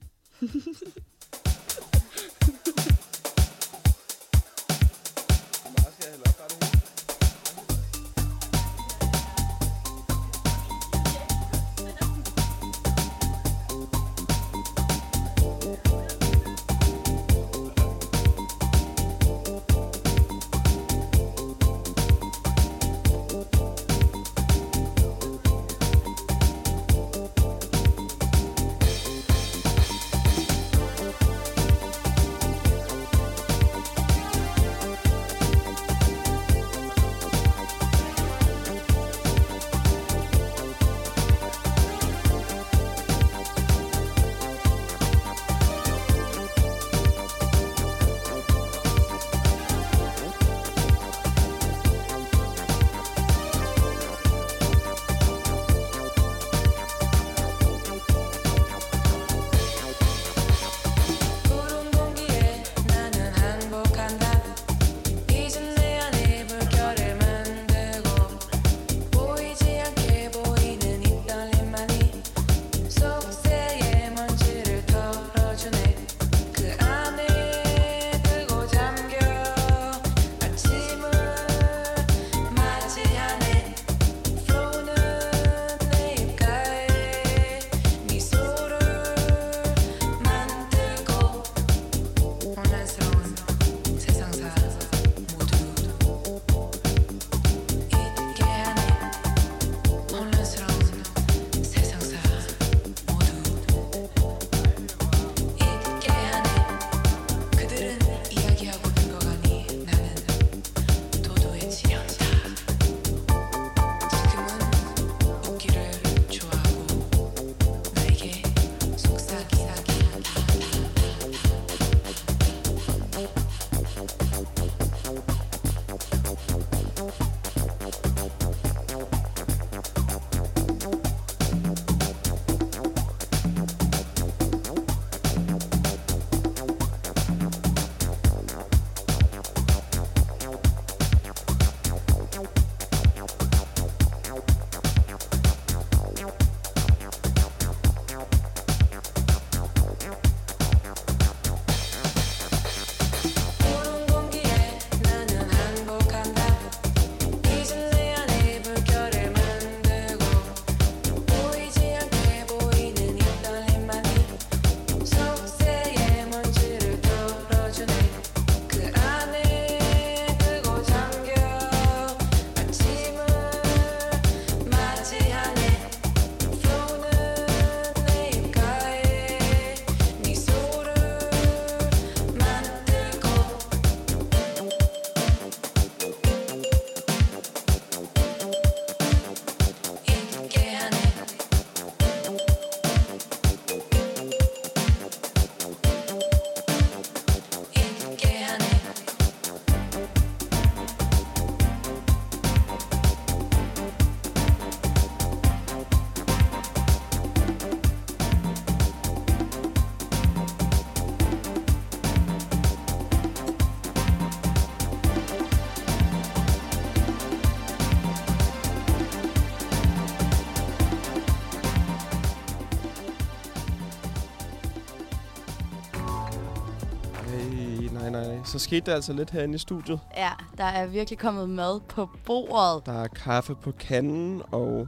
C: så skete der altså lidt herinde i studiet.
D: Ja, der er virkelig kommet mad på bordet.
C: Der er kaffe på kanden, og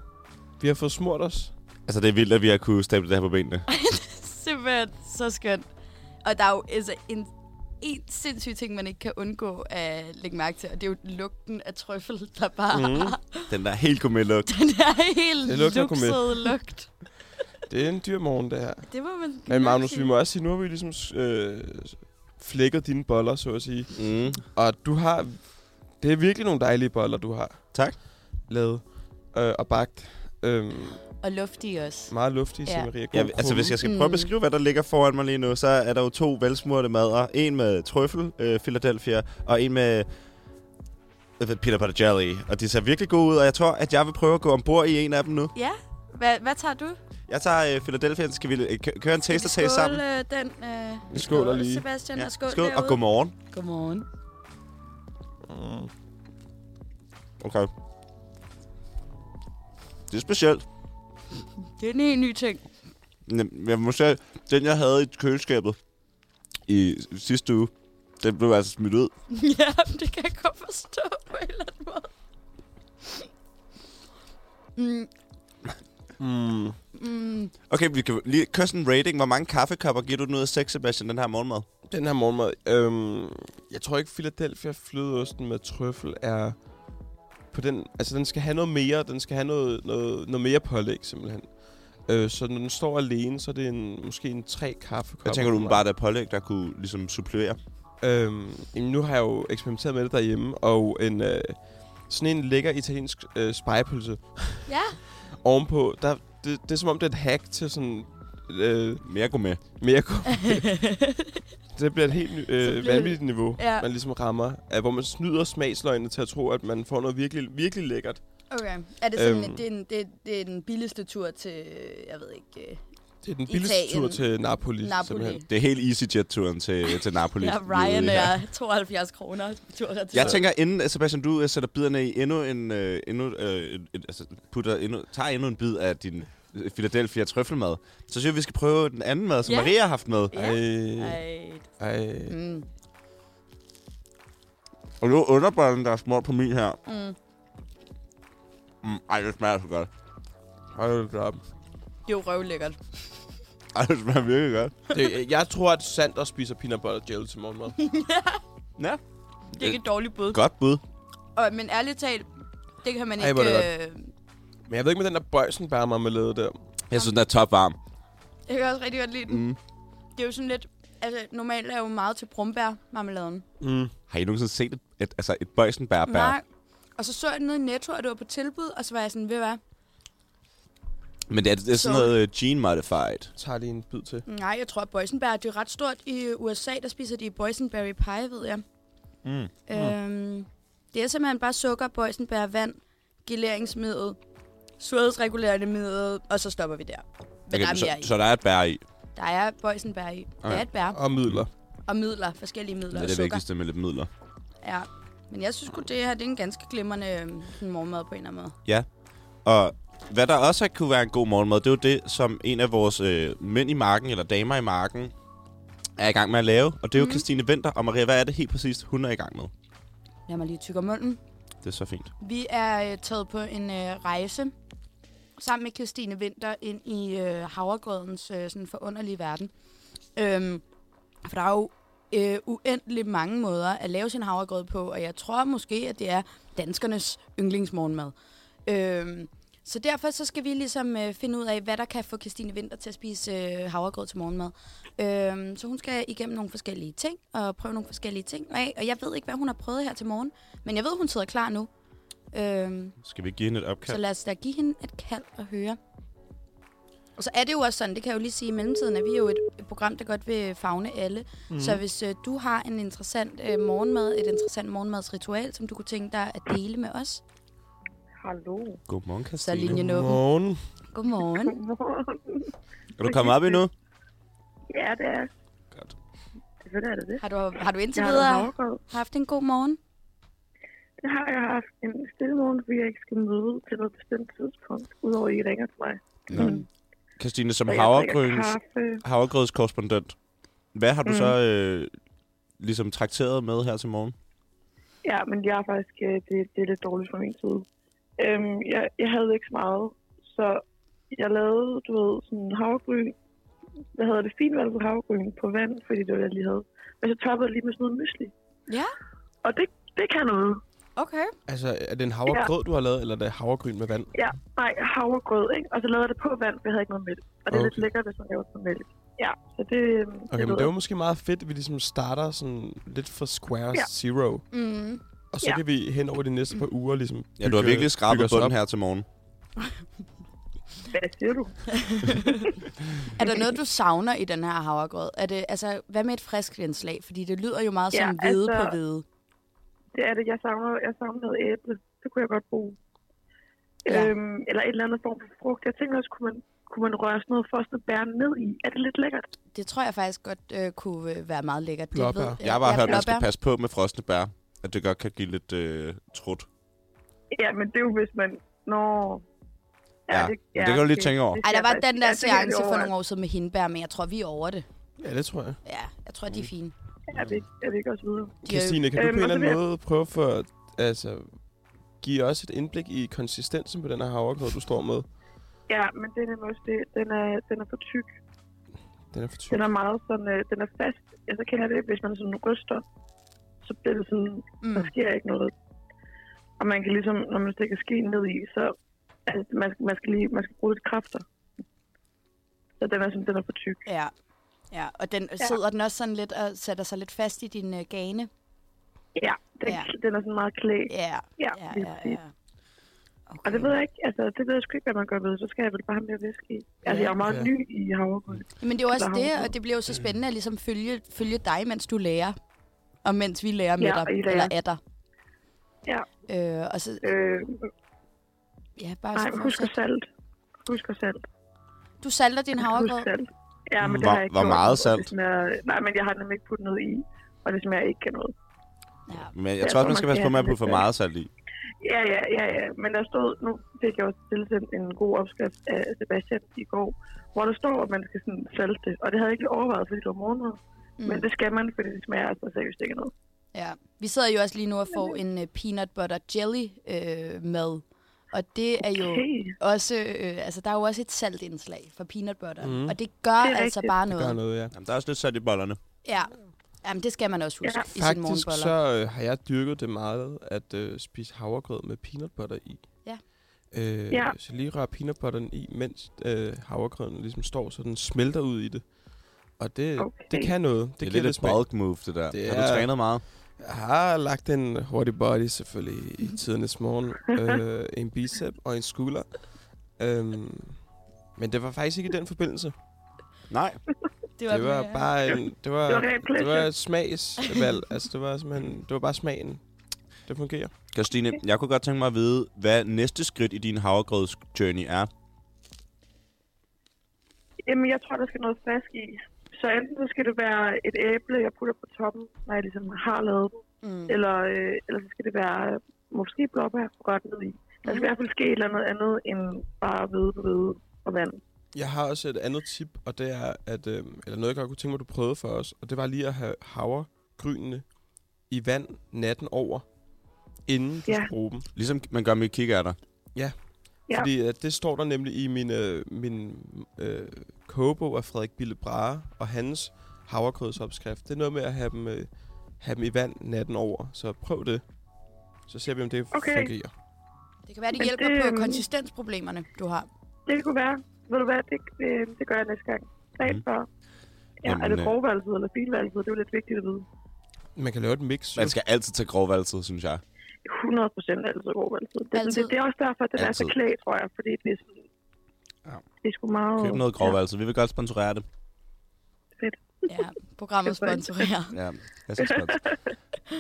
C: vi har fået smurt os.
E: Altså, det er vildt, at vi har kunne stable det her på benene.
D: [laughs] Simpelthen så skønt. Og der er jo altså en, en sindssyg ting, man ikke kan undgå at lægge mærke til, og det er jo lugten af trøffel, der bare mm.
C: Mm.
E: Den der helt gourmet-lugt.
D: den [laughs] er helt
C: Det
D: [laughs] det
C: lugter
D: lugter
C: af gourmet.
D: luksede lugt.
C: Det er en dyr morgen, det her.
D: Det må man
C: Men Magnus,
D: virkelig-
C: vi må også sige, nu har vi ligesom øh, flækket dine boller, så at sige.
E: Mm.
C: Og du har... Det er virkelig nogle dejlige boller, du har.
E: Tak.
C: Lavet øh, og bagt. Øhm,
D: Og luftig også.
C: meget luftige, ja.
D: Ja.
C: Maria. God
E: Jeg, altså, hvis jeg skal prøve at
D: Mm.
E: beskrive, hvad der ligger foran mig lige nu, så er der jo to velsmurte madder. En med trøffel, øh, Philadelphia, og en med øh, peanut butter jelly. Og de ser virkelig gode ud, og jeg tror, at jeg vil prøve at gå ombord i en af dem nu.
D: Ja, hvad, hvad tager du?
E: Jeg tager øh, Philadelphia, skal vi øh, kø- køre en
D: Skal vi
E: taster test sammen?
D: skåle, øh, den, øh,
C: Vi skåler lige.
D: Sebastian, og skål,
E: skål og godmorgen.
D: Godmorgen.
C: Mm.
E: Okay. Det er specielt.
D: Det er en helt ny ting.
E: Nem- Jeg må sige, den jeg havde i køleskabet i sidste uge, den blev altså smidt ud.
D: [laughs] ja, det kan jeg godt forstå på en eller anden måde. Mm,
C: Mm.
D: mm,
E: Okay, vi kan lige køre sådan en rating. Hvor mange kaffekopper giver du den ud af 6, Sebastian, den her morgenmad?
C: Den her morgenmad. Øhm, jeg tror ikke, Philadelphia flødeosten med trøffel er... På den, altså, den skal have noget mere. Den skal have noget, noget, noget mere pålæg, simpelthen. Øh, så når den står alene, så er det en, måske en tre kaffekopper.
E: Hvad tænker
C: for
E: du
C: mig.
E: bare der er pålæg, der kunne ligesom supplere?
C: Øhm, jamen, nu har jeg jo eksperimenteret med det derhjemme, og en, øh, sådan en lækker italiensk øh, spejepølse
D: ja,
C: [laughs] ovenpå, der, det, det er som om, det er et hack til sådan øh,
E: Mere gå med.
C: mere
D: [laughs]
C: Det bliver et helt ny,
D: bliver
C: øh,
D: det-
C: vanvittigt niveau, ja.
D: Ja.
C: man ligesom rammer, af, hvor man snyder smagsløgene til at tro, at man får noget virkelig, virkelig lækkert.
D: okay. Er det sådan,
C: Øhm.
D: øhm. det, er en, det, det er den billigste tur til, jeg ved ikke, øh,
C: Det er den
D: Italien.
C: billigste tur til Napoli,
D: Napoli.
C: simpelthen.
E: Det er helt EasyJet-turen til, til Napoli.
D: Ja, Ryan er 72 kroner tur og retur.
E: Jeg tænker, inden at Sebastian, du øh, sætter biderne i endnu en... Øh, endnu, øh, et, et, altså, putter endnu, tager endnu en bid af din øh, Philadelphia trøffelmad, så synes jeg, vi skal prøve den anden mad, som
D: Ja.
E: Maria har haft med.
D: Ja.
C: Ej,
D: Ej,
C: ej.
D: mm,
E: Og nu underbørnen, der er smurt på min her.
D: mm.
E: Mm, ej, det smager så godt.
C: Hold det op.
D: Det er jo røvlækkert.
E: Ej, det smager virkelig godt.
C: Det, jeg tror, at Sander spiser peanut butter jelly til
D: [laughs]
C: morgenmad.
E: Ja.
D: Det er ikke et dårligt bud.
E: Godt bud.
D: Og, men ærligt talt, det kan man
C: Ej,
D: ikke...
C: hvor er det
D: øh,
C: Men jeg ved ikke med den der bøjsenbær marmelade der.
E: Jeg synes, den er topvarm.
D: øh, jeg kan også rigtig godt lide den.
E: Mm.
D: Det er jo sådan lidt... Altså, normalt er jeg jo meget til brumbær-marmeladen.
C: Mm.
E: Har I nogensinde set et, et, altså et bøjsenbær
D: Nej. Og så så jeg den nede i Netto, og det var på tilbud, og så var jeg sådan, ved du hvad?
E: Men det er, det er sådan
D: Så-
E: noget øh, gene modified.
C: Tager lige en bid til.
D: Nej, jeg tror, at boysenbær, det er ret stort i USA, der spiser de boysenberry pie, ved jeg.
E: Mm.
D: Øhm, det er simpelthen bare sukker, boysenbær, vand, geleringsmiddel, surhedsregulerende middel, og så stopper vi der. Men okay, der er
E: så,
D: mere i.
E: så der er et bær i.
D: Der er boysenbær i. Der
E: Okay.
D: er et bær.
C: Og midler.
D: Og midler, forskellige midler
E: Det er
D: og
E: det
D: sukker.
E: vigtigste med lidt midler.
D: Ja. Men jeg synes godt det her det er en ganske glimrende øhm, sådan morgenmad på en eller anden måde.
E: Og hvad der også kunne være en god morgenmad, det er jo det, som en af vores øh, mænd i marken, eller damer i marken, er i gang med at lave. Og det er jo mm.
D: Mhm.
E: Christine Vinter. Og Maria, hvad er det helt præcist, hun er i gang med?
D: Lad mig lige tykke om munden.
E: Det er så fint.
D: Vi er øh, taget på en øh, rejse sammen med Christine Vinter ind i øh, havregrødens øh, sådan forunderlige verden. Øhm, for der er jo øh, uendelig mange måder at lave sin havregrød på, og jeg tror måske, at det er danskernes yndlingsmorgenmad. Øhm, så derfor så skal vi ligesom øh, finde ud af, hvad der kan få Christine Vinter til at spise øh, havregrød til morgenmad. Øhm, så hun skal igennem nogle forskellige ting, og prøve nogle forskellige ting af, og jeg ved ikke, hvad hun har prøvet her til morgen, men jeg ved, hun sidder klar nu. Øhm,
E: Skal vi give hende et opkald?
D: så lad os da give hende et kald og høre. Og så er det jo også sådan, det kan jeg jo lige sige i mellemtiden, at vi er jo et, et program, der godt vil fagne alle. Mm. Så hvis øh, du har en interessant øh, morgenmad, et interessant morgenmadsritual, som du kunne tænke dig at dele med os,
G: Hallo.
E: Godmorgen,
D: så er
E: Christine.
D: linjen åben.
C: Godmorgen.
D: Godmorgen.
E: Er du kommet op endnu?
G: [laughs] ja, det er.
E: Godt.
G: Selvfølgelig er det det.
D: Har du, har du indtil
G: Jeg har da
D: videre
G: havregrød.
D: haft en god morgen?
G: Det har jeg haft en stille morgen, fordi jeg ikke skal møde til noget bestemt tidspunkt, udover I ringer til mig.
E: Nå. Christine, som
G: Og jeg drikker
E: havregrøns,
G: kaffe.
D: Mhm.
E: havregrødskorrespondent, hvad har du mm. så øh, ligesom trakteret med her til morgen?
G: Ja, men jeg er faktisk, øh, det, det er lidt dårligt fra min side. Øhm, jeg, jeg havde ikke så meget, så jeg lavede, du ved, sådan havregryn. Hvad hedder det? Finvalget havregryn på vand, fordi det var det, jeg lige havde. Og så toppede jeg lige med sådan noget mysli.
D: Ja,
G: Og det, det kan noget.
D: okay.
C: Altså, er det en havregrød, du har lavet, eller er det havregryn med vand?
G: Ja, nej, havregrød, ikke? Og så lavede jeg det på vand, for jeg havde ikke noget mælk. Og det er okay. lidt
C: Okay.
G: lækkert, hvis man laver det med mælk. Ja, så det... øhm,
C: Okay,
G: det
C: men det var måske meget fedt, at vi ligesom starter sådan lidt fra square
G: Ja.
C: ja. zero.
D: Mm.
C: Og så
G: Ja.
C: ja. kan vi hen over de næste par uger ligesom
E: Ja, du har
C: bygge-
E: virkelig
C: bygge
E: skrabet
C: os
E: bunden
C: op.
E: her til morgen.
G: Hvad siger du?
D: [laughs] Er der noget, du savner i den her havregrød? Er det, altså, hvad med et frisk indslag? Fordi det lyder jo meget
G: Ja,
D: som hvide
G: altså-
D: på hvide.
G: Det er det. Jeg savner, jeg savner noget æble. Det kunne jeg godt bruge.
D: Ja.
G: Ja. Øhm, eller et eller andet form for frugt. Jeg tænker også, kunne man, kunne man røre sådan noget frosne bær ned i? Er det lidt lækkert?
D: Det tror jeg faktisk godt øh, kunne øh, være meget lækkert. Det
C: Blåbær.
D: ved- øh,
E: Jeg har bare
D: ja,
E: hørt, at man skal
D: blåbær.
E: passe på med frosne bær. At det godt kan give lidt øh, trut.
G: Ja, men det er jo, hvis man... Nå...
E: Ja, men det kan du lige tænke over.
D: Ej, der var den der
G: det er jeg
D: seance
G: lige
D: for
G: over,
D: nogle år siden med hindbær, men jeg tror, vi er over det.
C: Ja, det tror jeg. Mm.
D: Ja, jeg tror, de er fine.
G: at- Er det, ikke- er det ikke også videre?
D: De er-
C: Christine, kan du
G: Øhm,
C: på en
G: og så
C: eller
G: vil jeg-
C: anden måde prøve for at altså, give os et indblik i konsistensen på den her havregrød, du står med?
G: Ja, men den er måske... Den er, den er for tyk.
C: Den er for tyk.
G: Den er meget sådan... Øh, den er fast. Jeg så kender det, hvis man sådan ryster, så bliver det sådan...
D: Mm.
G: Der sker ikke noget. Og man kan ligesom, når man stikker skeen ned i, så altså, man, skal- man, skal lige, man skal bruge lidt kræfter. Så den er, sådan, den er for tyk.
D: Ja. Ja, og den ja. sidder den også sådan lidt og sætter sig lidt fast i din øh, gane.
G: Ja, den,
D: Ja.
G: ja. den er sådan meget klæ.
D: Ja,
G: Ja,
D: ja,
G: lige
D: ja.
G: præcis.
D: ja.
G: Og
D: Okay.
G: det ved jeg ikke, altså det ved jeg sgu ikke, hvad man gør ved, så skal jeg vel bare have mere væske i. Altså
C: Ja,
G: jeg er jo meget
C: ja.
G: ja. ny i havregryn.
D: Men det er jo også
G: Der har
D: det,
G: hun-
D: og det bliver jo så spændende at ligesom følge, følge dig, mens du lærer. Og mens vi lærer med
G: Ja,
D: dig,
G: og I lærer.
D: eller af dig.
G: Ja,
D: Øh, og så,
G: øh,
D: ja, bare
G: nej,
D: så
G: husk at
D: fortsæt.
G: salt. Husk at salt.
D: Du salter din
G: Husk
D: havregrød.
G: salt. Ja, men det
E: Hvor-
G: har jeg ikke
E: hvor
G: gjort,
E: meget
G: og det
E: salt?
G: smager- nej, men jeg har nemlig ikke puttet noget i, og det smager ikke af noget.
D: Ja.
E: Men jeg
G: Jeg
E: tror også,
G: tror,
E: man skal
G: man
E: passe på
G: skal
E: med
G: have
E: at putte
G: lidt
E: for
G: salt.
E: meget salt i.
G: Ja, ja, ja, ja. Men der stod, nu fik jeg også tilsendt en god opskrift af Sebastian i går, hvor der står, at man skal sådan salte det. Og det havde jeg ikke lige overvejet, fordi det var morgenmad. Mm. Men det skal man, fordi det smager altså seriøst ikke af noget.
D: Ja, vi sidder jo også lige nu og får en uh, peanut butter jelly øh, mad. Og det er jo
G: Okay.
D: også, øh, altså der er jo også et saltindslag for peanut butter. Mm.
C: Mhm.
D: Og det gør
G: Det er
D: altså
G: rigtigt.
D: bare
C: Gør
D: noget.
C: noget, ja.
E: Jamen, der er også lidt salt i bollerne.
D: Ja, Jamen, det skal man også
G: Ja.
D: huske ja. i sin
C: Faktisk
D: morgenboller.
C: så øh, har jeg dyrket det meget, at øh, spise havregrød med peanut butter i.
D: Ja.
C: Øh,
G: Ja.
C: Så lige rør peanut butteren i, mens øh, havregrøden ligesom står, så den smelter ud i det. Og det,
G: Okay.
C: okay. det kan noget. Det,
E: Det, det
C: giver
E: er lidt et
C: smag.
E: bulk move, det der.
C: Det
E: Det er... Har du
C: er-
E: trænet meget?
C: Jeg har lagt en hurtig body selvfølgelig i tidernes morgen. øh, en bicep og en skulder. Øhm, men det var faktisk ikke i den forbindelse.
E: Nej.
C: Det var bare en, det var,
G: Det var rent
C: det var
G: pleasure.
C: et smagsvalg. altså, det var simpelthen, det var bare smagen. Det fungerer.
E: Christine, jeg kunne godt tænke mig at vide, hvad næste skridt i din havregrøds-journey er.
G: Jamen, jeg tror, der skal noget frisk i. Så enten så skal det være et æble, jeg putter på toppen, når jeg ligesom har lavet den.
D: Mm.
G: Eller, øh, eller så skal det være øh, måske blåbær rørt ned i. Der
D: Mm.
G: skal i hvert fald ske et eller andet andet end bare hvide på hvide og vand.
C: Jeg har også et andet tip, og det er, at, øh, eller noget, jeg godt kunne tænke mig, du prøvede for os, og det var lige at have havregrynene i vand natten over, inden du
G: Ja.
C: ja. skal bruge dem.
E: Ligesom man gør med kikærter.
G: Ja.
C: Ja. Fordi øh, det står der nemlig i min, øh, min øh, kogebog af Frederik Bille Brahe og hans havregrødsopskrift. Det er noget med at have dem, øh, have dem i vand natten over, så prøv det. Så ser vi, om det
G: Okay.
C: okay. fungerer.
D: Det kan være, det
G: Men
D: hjælper
G: det,
D: det, på
G: øhm,
D: konsistensproblemerne, du har.
G: Det kunne være. Ved du hvad, det, det, det gør jeg næste gang. Plan
E: Mm.
G: for. Ja,
E: Jamen,
G: er det
E: øh,
G: grovvalgsid eller finvalgsid? Det er jo lidt vigtigt at vide.
C: Man kan lave et mix.
E: Man skal altid tage grovvalset, synes jeg.
G: 100 procent altid grovvalgsid. Det, er sådan-
D: Altid.
G: det, det, er også derfor, at det er så
E: Altid.
G: klæ, tror jeg. Fordi det er sådan...
C: Ja.
G: Det er sgu meget...
E: Køb noget grovvalset. Vi vil godt sponsorere det.
D: Ja, programmet
G: Det er fint.
D: sponsorerer.
C: [laughs]
E: Ja, jeg synes godt.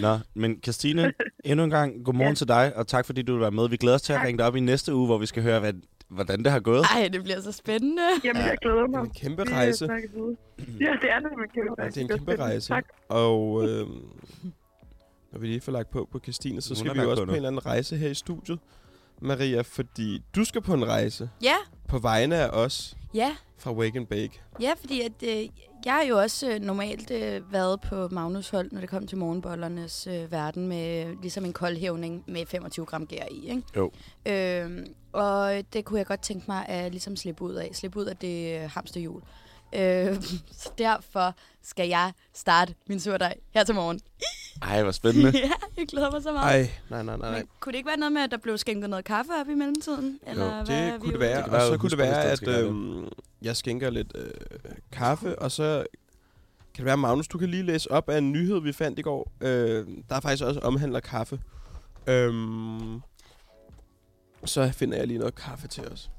E: Nå, men Christine, endnu en gang godmorgen ja. til dig, og tak fordi du vil være med. Vi glæder os til at ringe dig op i næste uge, hvor vi skal høre, hvad, hvordan det har gået.
D: Ej, det bliver så spændende.
G: Jamen, jeg glæder
C: Det er
G: mig.
C: en kæmpe
G: Vi, øh,
C: rejse.
G: snakkes ved. Ja, det er nemlig en kæmpe
C: Ja,
G: rejse.
C: det er en kæmpe
G: spændende.
C: rejse.
G: Tak.
C: Og øh, når vi lige får lagt på på Christine, så
E: Hun
C: skal
E: har
C: vi
E: lagt
C: jo
E: på
C: også på
E: nu.
C: en eller anden rejse her i studiet. Maria, fordi du skal på en rejse
D: Ja,
C: på vegne af os
D: ja,
C: fra Wake and Bake.
D: ja, fordi at, øh, Jeg har jo også øh, normalt øh, været på Magnus hold, når det kom til morgenbollernes øh, verden, med øh, ligesom en kold hævning med 25 gram gær i. Ikke?
E: Jo.
D: Øhm, og det kunne jeg godt tænke mig at ligesom slippe ud af. Slippe ud af det øh, hamsterhjul. Øh, [laughs] så derfor skal jeg starte min surdej her til morgen.
E: Ej, hvor spændende.
D: ja, jeg glæder mig så meget.
C: Ej, nej, nej, nej. nej.
D: Men kunne det ikke være noget med, at der blev skænket noget kaffe op i mellemtiden? Eller hvad er
C: Det
D: vi
C: kunne det
D: ude i?
C: være. Det og
E: Det kan være,
C: så
E: at
C: kunne det
E: husbandisten
C: være, at
E: skal gøre
C: øhm, jeg skænker lidt øh, kaffe, og så kan det være, Magnus, du kan lige læse op af en nyhed, vi fandt i går, øh, der faktisk også omhandler kaffe. Øhm, så finder jeg lige noget kaffe til os.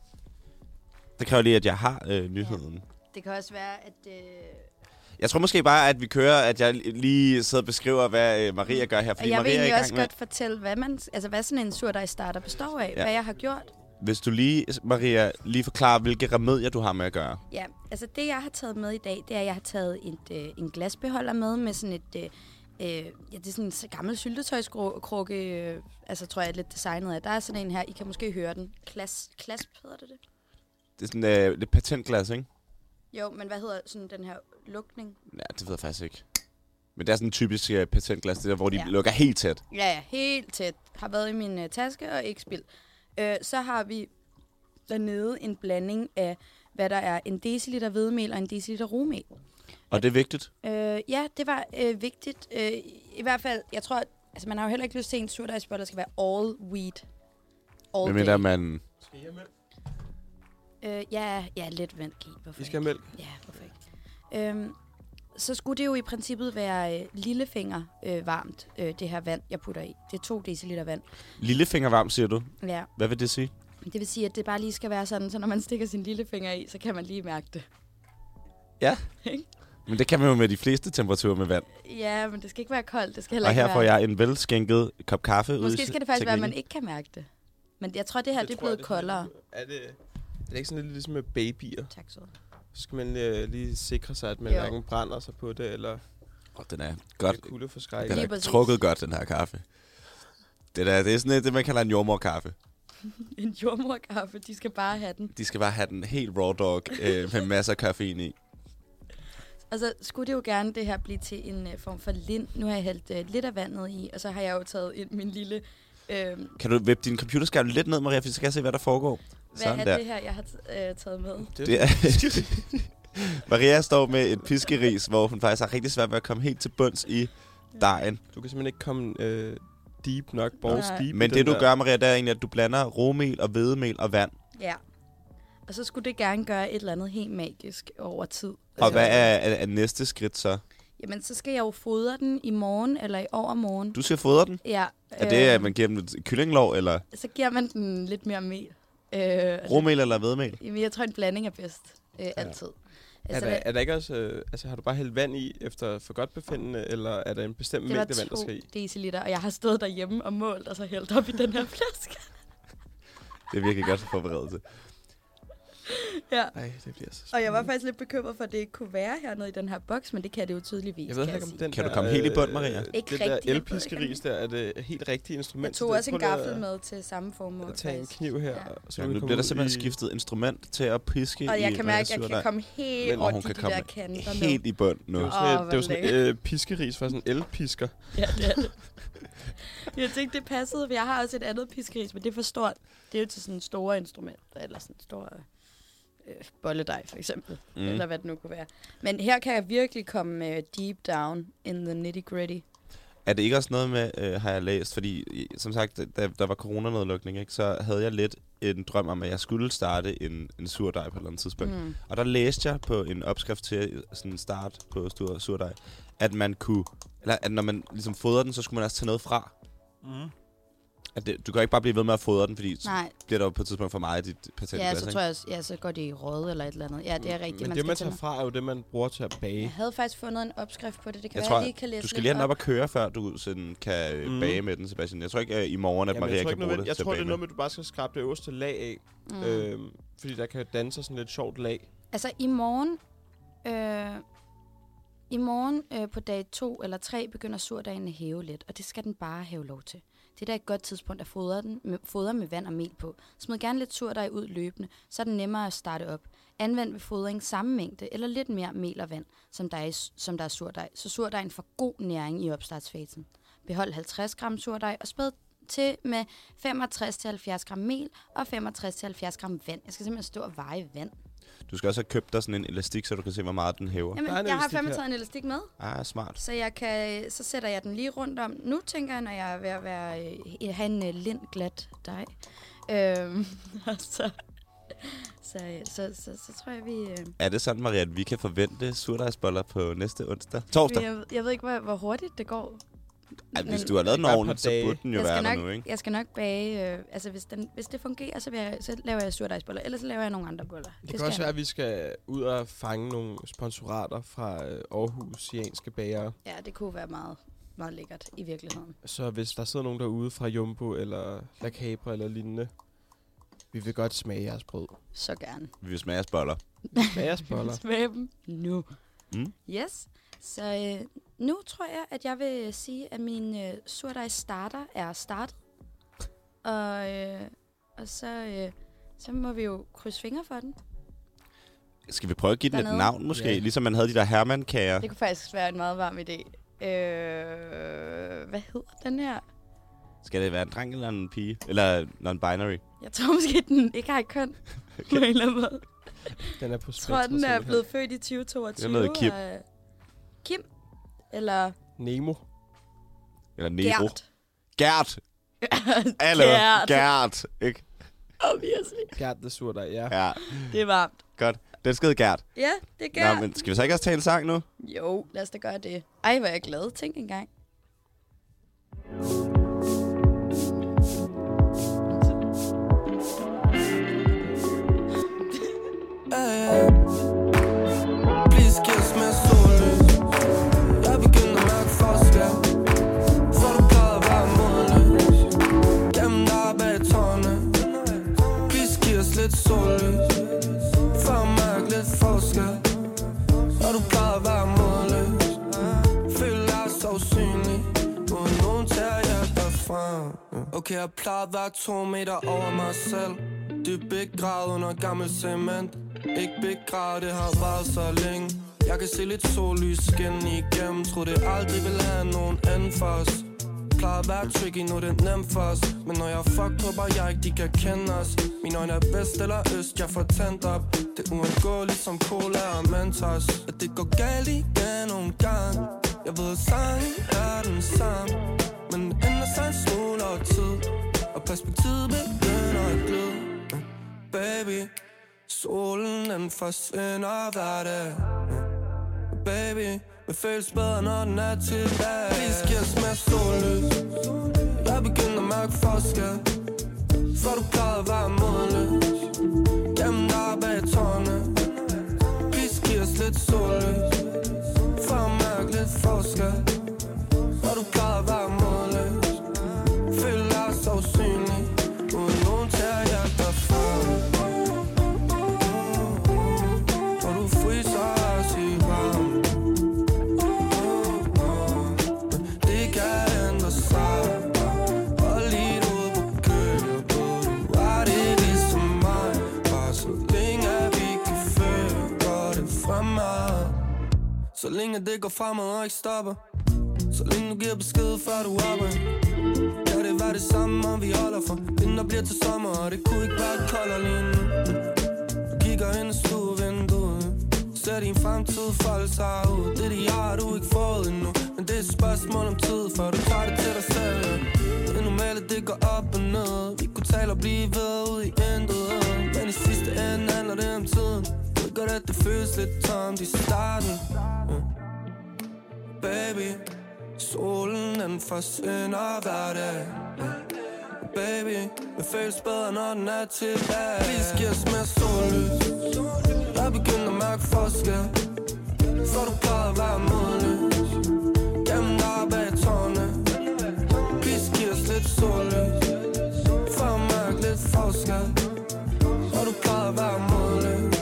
E: Det kræver lige, at jeg har øh, nyheden.
D: Det kan også være, at... Øh,
E: Jeg tror måske bare, at vi kører, at jeg lige sidder og beskriver, hvad øh, Maria gør her.
D: og
E: Fordi
D: jeg vil
E: Maria er i
D: egentlig
E: gang
D: også
E: med...
D: godt fortælle, hvad, man, altså, hvad sådan en surdej starter består af.
E: Ja.
D: Ja. Hvad jeg har gjort.
E: Hvis du lige, Maria, lige forklarer, hvilke remedier du har med at gøre.
D: Ja, altså det, jeg har taget med i dag, det er, at jeg har taget et, øh, en glasbeholder med, med sådan et... Øh, øh, ja, det er sådan en så gammel syltetøjskrukke, øh, altså tror jeg, er lidt designet af. Der er sådan en her, I kan måske høre den. Klas, klasp hedder det det?
E: Det er sådan øh, lidt patentglas, ikke?
D: Jo, men hvad hedder sådan den her lukning?
E: Ja, det ved jeg faktisk ikke. Men det er sådan en typisk øh, patentglas, det der, hvor de ja.
D: Ja.
E: lukker helt tæt.
D: Ja, ja, helt tæt. Har været i min øh, taske og ikke spild. Øh, så har vi dernede en blanding af, hvad der er en deciliter hvedemel og en deciliter rugmel.
E: Og det er vigtigt.
D: Øh, ja, det var øh, vigtigt. Øh, I hvert fald, jeg tror, at, altså man har jo heller ikke lyst til en surdejsbolle, der skal være all wheat.
E: Hvad
D: All day.
E: mener man?
C: Skal I have mælk?
D: Øh, ja, ja, lidt vand i. Hvorfor
C: I skal have mælk.
D: ikke? Ja, hvorfor ikke? Øhm, så skulle det jo i princippet være øh, lillefinger øh, varmt, øh, det her vand, jeg putter i. Det er 2 deciliter vand.
E: Lillefinger varm, siger du.
D: Ja,
E: Hvad vil det sige?
D: det vil sige, at det bare lige skal være sådan, så når man stikker sin lillefinger i, så kan man lige mærke det. [laughs]
E: Men det kan man jo med de fleste temperaturer med vand.
D: Ja, men det skal ikke være koldt. Det skal heller
E: Og
D: ikke
E: her
D: være...
E: får jeg en velskænket kop kaffe. ud i
D: Måske skal det faktisk være, at man
E: teknikken.
D: ikke kan mærke det. Men jeg tror, det her det er
C: tror jeg,
D: blevet koldere.
C: Er det, er det ikke sådan lidt ligesom med babyer?
D: Tak så.
C: Så skal man øh, lige sikre sig, at man
D: Jo.
C: hverken brænder sig på det, eller
E: Åh, den er
C: Godt.
E: godt.
C: kulde for
E: Den
C: skræk.
D: Lige
E: er
D: præcis.
E: trukket godt, den her kaffe. Det, der, det er sådan lidt det, man kalder en jordmorkaffe.
D: [laughs] En jordmorkaffe, de skal bare have den.
E: De skal bare have den helt raw dog
D: [laughs]
E: øh, med masser af koffein i.
D: Og så skulle det jo gerne det her blive til en øh, form for lind. Nu har jeg hældt øh, lidt af vandet i, og så har jeg jo taget ind min lille... Øh,
E: Kan du vippe din computerskærm lidt ned, Maria, for så kan jeg se, hvad der foregår.
D: hvad er det her, jeg har t- øh, taget med?
E: Det er [laughs]
C: [laughs]
E: Maria står med et piskeris, hvor hun faktisk har rigtig svært ved at komme helt til bunds i dejen.
C: Du kan simpelthen ikke komme øh, deep nok, balls
D: Nej.
C: deep. i
E: Men
C: den
E: det, du
C: der.
E: gør, Maria, det er egentlig, at du blander roemel og hvedemel og vand.
D: Ja. Og så skulle det gerne gøre et eller andet helt magisk over tid. Altså,
E: Og hvad er, er, er næste skridt så?
D: Jamen, så skal jeg jo fodre den i morgen eller i overmorgen.
E: Du skal fodre den.
D: Ja. øh,
E: Er det, at man giver dem et kyllinglov, eller
D: Så giver man den lidt mere mel. Øh,
E: roemel eller hvedemel?
D: Jamen, jeg tror, en blanding er bedst. Øh, altid.
C: Er
D: Altså,
C: der, er der ikke også, øh, altså har du bare hældt vand i efter for godt befindende, eller er der en bestemt
D: det var
C: mængde vand, der skal i?
D: 2 deciliter, og jeg har stået derhjemme og målt, og så hældt op i
C: [laughs]
D: den her flaske.
E: Det er virkelig godt forberedt til.
D: ja.
C: Nej, det bliver så
D: Og jeg var
C: spændende.
D: faktisk lidt bekymret for, at det ikke kunne være hernede i den her boks, men det kan det jo tydeligvis,
C: jeg ved
D: kan
C: ikke, om
D: sige.
C: den
E: Kan du
C: der, øh,
E: komme helt i bund, Maria?
D: Ikke
C: den der
D: rigtig i bund,
C: elpiskeris der, er det helt rigtigt instrument?
D: Jeg tog
C: til det?
D: også en
C: Prøv lige at-
D: gaffel med til samme formål.
C: at Tag en
D: faktisk.
C: kniv her.
D: Ja.
C: og så
E: Ja,
C: kan vi
E: nu
C: komme
E: bliver der
C: ud
E: simpelthen
C: i-
E: skiftet instrument til at piske
D: Og
E: i
D: jeg kan mærke, at jeg kan
E: surdej.
D: komme helt
C: Men-
E: og
D: rundt
E: hun
D: i
E: kan
D: de
E: komme
D: der kanter nu.
E: helt i bund nu.
C: Det er jo
D: Åh,
C: sådan, et, det er jo
D: hvor
C: sådan et, øh, piskeris fra sådan en elpisker.
D: Ja, det er det. Jeg tænkte, det passede, for jeg har også et andet piskeris, men det er for stort. Det er jo til sådan store instrumenter, eller sådan store øh, bolledej, for eksempel. Mm.
E: Mm.
D: Eller hvad det nu kunne være. Men her kan jeg virkelig komme øh, deep down in the nitty gritty.
E: Er det ikke også noget med, øh, har jeg læst, fordi i- som sagt, da der var coronanedlukning, ikke, så havde jeg lidt en drøm om, at jeg skulle starte en, en surdej på et eller andet tidspunkt. Mm.
D: Mm.
E: Og der læste jeg på en opskrift til øh, sådan en start på sur, surdej, at man kunne, eller at når man ligesom fodrer den, så skulle man også tage noget fra.
C: Mm.
E: At det, du kan ikke bare blive ved med at fodre den, fordi Nej. så
D: Nej,
E: bliver der jo på et tidspunkt for meget i dit
D: ja,
E: patentglas.
D: så tror jeg også, ja, så går det i råd eller et eller andet. Ja, det er rigtigt,
C: Mm. Men
D: man
C: det,
D: skal
C: man
D: tage
C: tager
D: noget.
C: fra, er jo det, man bruger til at bage.
D: jeg havde faktisk fundet en opskrift på det. Det kan
E: Jeg
D: være,
E: tror,
D: jeg lige kan læse
E: Du skal
D: lidt
E: lige have den op og køre, før du sådan kan øh,
C: Mm.
E: bage med den, Sebastian. Jeg tror ikke øh, i morgen, at
C: Jamen,
E: Maria
C: jeg tror,
E: kan
C: ikke
E: bruge det
C: nødvendigt-
E: til
C: jeg
E: at
C: tror, det
E: bage
C: er noget
E: med.
C: med, at du bare skal skrabe det øverste lag af.
D: Mm.
C: Øhm, fordi der kan danne sig sådan lidt sjovt lag.
D: Altså i morgen, øh, i morgen øh, på dag to eller tre begynder surdagen at hæve lidt, og det skal den bare have lov til. Det er da et godt tidspunkt at fodre, den med, fodre med vand og mel på. Smid gerne lidt surdej ud løbende, så er det nemmere at starte op. Anvend ved fodring samme mængde eller lidt mere mel og vand, som der er, i s- som der er surdej, så surdejen får god næring i opstartsfasen. Behold 50 gram surdej og spæd til med 65-70 gram mel og 65-70 gram vand. Jeg skal simpelthen stå og veje vand.
E: Du skal også have købt dig sådan en elastik, så du kan se, hvor meget den hæver.
C: Der er en
D: Jamen, jeg har
C: elastik
D: fandme
C: her.
D: taget en elastik med.
E: Ah, smart.
D: Så, jeg kan, så sætter jeg den lige rundt om. Nu tænker jeg, når jeg er ved at være, øh, have en øh, lind glat dej. Øhm, [laughs] og så, så, øh, så, så, så, tror jeg, vi... Øh,
E: Er det sådan, Maria, at vi kan forvente surdejsboller på næste onsdag? Torsdag?
D: jeg, jeg ved ikke, hvor, hvor hurtigt det går.
E: Ej, hvis
D: men-
E: du har lavet den
C: Bare et par
E: ordentligt, så
C: dage.
E: burde den jo
D: jeg
E: være
D: skal,
E: der
D: nok,
E: nu, ikke?
D: jeg skal nok bage... Øh, altså, hvis, den, hvis det fungerer, så, vil jeg, så laver jeg surdejsboller. Ellers så laver jeg nogle andre boller.
C: Det, det kan også
D: jeg
C: være,
D: nok.
C: at vi skal ud og fange nogle sponsorater fra øh, Aarhusianske bagere.
D: Ja, det kunne være meget, meget lækkert i virkeligheden.
C: Så hvis der sidder nogen derude fra Jumbo eller La Capra eller lignende, vi vil godt smage jeres brød.
D: Så gerne.
E: Vi vil smage jeres boller.
C: Smage jeres boller.
D: Smag dem nu.
E: Mm.
D: Yes. Så øh, nu tror jeg, at jeg vil sige, at min øh, surdej starter er startet. Og, øh, og så, øh, så må vi jo krydse fingre for den.
E: Skal vi prøve at give den et
D: Dernede.
E: navn, måske?
C: Ja.
E: Ligesom man havde de der hermankager.
D: Det kunne faktisk være en meget varm idé. Øh, hvad hedder den her?
E: Skal det være en dreng eller en pige? Eller non-binary?
D: Jeg tror måske, den ikke har
E: [laughs]
D: et køn okay. på en eller anden måde.
C: Den er på
D: Jeg tror, den er blevet født i 2022.
E: Det er noget Kim.
D: og- øh, Kim? [laughs] Eller
C: Nemo.
E: Eller Nero?
D: Gert?
E: Gert! Hallo,
D: Gert.
E: Gert! Ikke?
D: Obviously.
C: Gert det sur dig, ja.
E: Ja,
D: Det er varmt.
E: godt. Den skede Gert.
D: Ja, det er Gert.
E: Nå, men skal vi så ikke også tage en sang nu?
D: Jo, lad os da gøre det. Ej, hvor er jeg glad. Tænk engang.
H: Please kiss med sollys Jeg begynder at mærke forskel For du plejede at være modløs Gennem dig bag tårne Please giv os lidt sollys For at mærke lidt forskel Og du plejede at være modløs Føler dig så usynlig Du er nogen til at hjælpe dig frem Okay, jeg plejer at være to meter over mig selv Dyb begravet under gammel cement Ikke begravet, det har været så længe Jeg kan se lidt sollys skinne igennem Tror det aldrig vil have nogen end for os Plejer at være tricky, nu er det nemt for os Men når jeg er fucked, håber jeg ikke, de kan kende os Mine øjne er vest eller øst, jeg får tændt op Det er uundgåeligt som cola og mentos At det går galt igen nogle gange Jeg ved, sangen er den samme Men den ender sig en smule over tid Og perspektivet begynder at glide Baby, solen den forsvinder hver dag Baby, vi føles bedre, når den er tilbage Please giv os mere sollys Jeg begynder at mærke forskel For du plejede at være modløs Gennem dig bag tårne Please giv os lidt sollys For at mærke lidt forskel For du plejede at være modløs Føler dig så usynlig Uden nogen til at hjælpe dig frem og du fryser os i varm Det kan ændre sig Hold lidt ud på køkkenet Du er det ligesom mig Bare så længe at vi kan føle Går det fremad Så længe det går fremad og ikke stopper Så længe du giver besked før du hopper Kan det være det samme, om vi holder for Vinder bliver til sommer, og det kunne ikke være koldere lige nu Kigger ind i stuevinduet Ser din fremtid folde sig ud Det de har du ikke fået endnu Men det er et spørgsmål om tid Før du tager det til dig selv Det er normalt at det går op og ned Vi kunne tale og blive ved ud i intet Men i sidste ende handler det om tiden Det gør at det føles lidt tomt i starten Ja. Baby Solen den forsvinder hver dag baby Det føles bedre, når den er tilbage Please giv os mere sollys Jeg begynder at mærke forskel For du plejede at være modløs Gennem dig bag tårne Please giv os lidt sollys For at mærke lidt forskel For du plejede at være modløs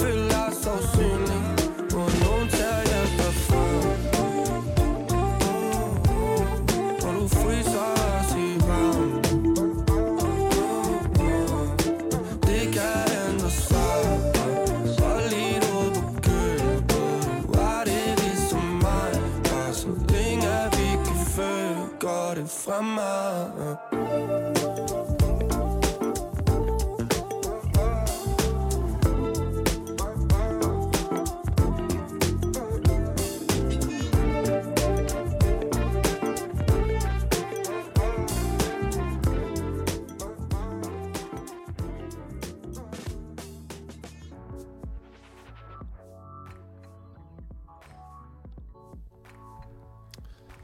H: Føler dig så usynlig Uden nogen til at hjælpe dig frem Og du fryser os i ligesom fra mig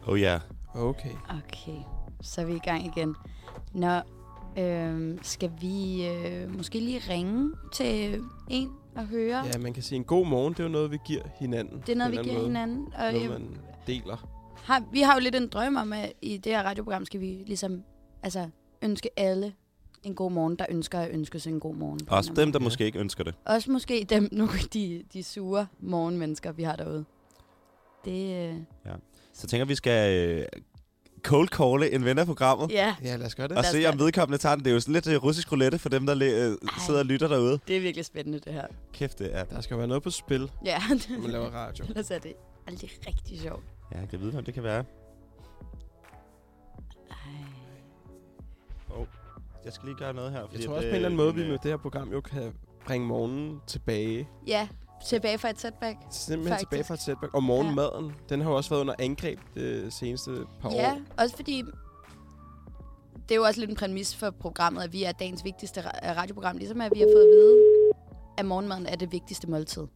E: Oh yeah.
C: Okay.
D: Okay, så er vi i gang igen. Nå, øh, skal vi øh, måske lige ringe til en og høre?
C: Ja, man kan sige, en god morgen, det er jo noget, vi giver hinanden.
D: Det er noget,
C: På
D: vi
C: en
D: giver
C: eller anden
D: hinanden.
C: måde.
D: Og jeg,
C: Noget, man deler.
D: har, vi har jo lidt en drøm om, at i det her radioprogram skal vi ligesom altså, ønske alle en god morgen, der ønsker at ønske sig en god morgen. på en
E: Også
D: eller anden
E: dem, der
C: Ja.
E: måske ikke ønsker det.
D: måde. Også måske dem, nogle af de, de sure morgenmennesker, vi har derude. Det, øh,
E: Så tænker vi skal øh, cold calle en ven af programmet.
D: ja,
C: Ja, lad os gøre det.
E: Og
D: os
E: se,
D: gøre
E: om vedkommende tager den. Det er jo sådan lidt øh, russisk roulette for dem, der le- øh, sidder og lytter derude.
D: det er virkelig spændende, det her.
E: Kæft, det er...
C: Der skal jo være noget på spil,
D: Ja,
C: når man laver radio.
D: [laughs] ellers er det aldrig rigtig sjovt.
E: Ja, jeg kan vide, hvem det kan være.
D: Ej.
E: Jeg skal lige gøre noget her.
C: Jeg
E: fordi
C: tror
E: at,
C: også
E: øh,
C: på en eller anden måde, vi
E: min,
C: med
E: øh,
C: det her program jo kan bringe morgenen tilbage.
D: Ja, tilbage fra et setback.
C: Simpelthen
D: Faktisk.
C: tilbage fra et setback. Og morgenmaden, den har jo også været under angreb det seneste par år.
D: Ja, også fordi... Det er jo også lidt en præmis for programmet, at vi er dagens vigtigste ra- øh, radioprogram. Ligesom at vi har fået at vide, at morgenmaden er det vigtigste måltid.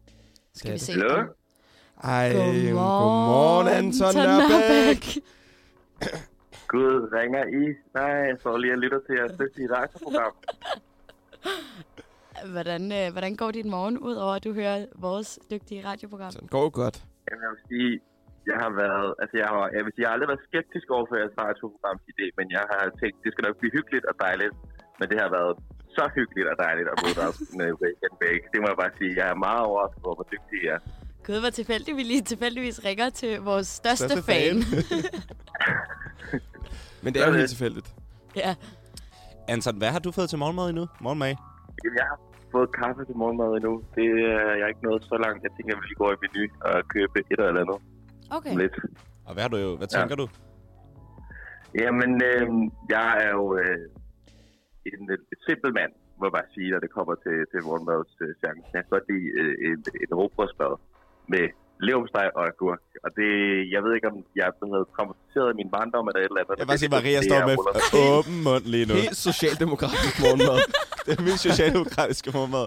C: Det er
D: Skal vi
C: det.
D: se
B: Hallo?
D: den?
C: Ej, godmorgen, Anton Nørbæk.
I: [coughs] Gud, ringer I? Nej, jeg står lige og lytter til jeres dygtige radioprogram.
D: Hvordan, øh, hvordan går dit morgen ud over, at du hører vores dygtige radioprogram?
C: Så den går jo godt.
I: Jamen, jeg vil sige, jeg har været, altså jeg har, jeg vil sige, jeg har aldrig været skeptisk over for jeres radioprograms idé, men jeg har tænkt, det skal nok blive hyggeligt og dejligt. Men det har været så hyggeligt og dejligt at møde dig med Weekend Bake. Det må jeg bare sige, jeg er meget overrasket over, hvor dygtig I er.
D: Gud, hvor tilfældigt vi lige tilfældigvis ringer til vores største,
E: Største
D: største
E: fan.
D: fan.
C: Men det er jo
I: Sådan.
C: helt tilfældigt.
D: [laughs] ja.
E: Anton, hvad har du fået til morgenmad endnu? Morgenmad?
I: Jamen, jeg har fået kaffe til morgenmad endnu. Det øh, jeg er ikke nået så langt. Jeg tænker, at vi lige går i menu og købe et eller andet
D: Okay.
I: om lidt.
E: Og hvad har du jo? Hvad tænker du?
I: Jamen, øh, jeg er jo øh, en, øh, simpel mand, må jeg bare sige, når det kommer til, til morgenmadschancen. Jeg kan godt lide øh, en, en råbrødsmad med leverpostej og agurk. Og det, jeg ved ikke, om jeg er blevet traumatiseret i min barndom eller et eller andet.
E: Jeg vil
I: men
E: bare sige,
I: det-
E: Maria
I: det
E: står
I: er
E: med
I: ruller.
E: [laughs] åben mund lige nu.
C: Helt socialdemokratisk morgenmad.
E: [laughs] Det er min socialdemokratiske morgenmad.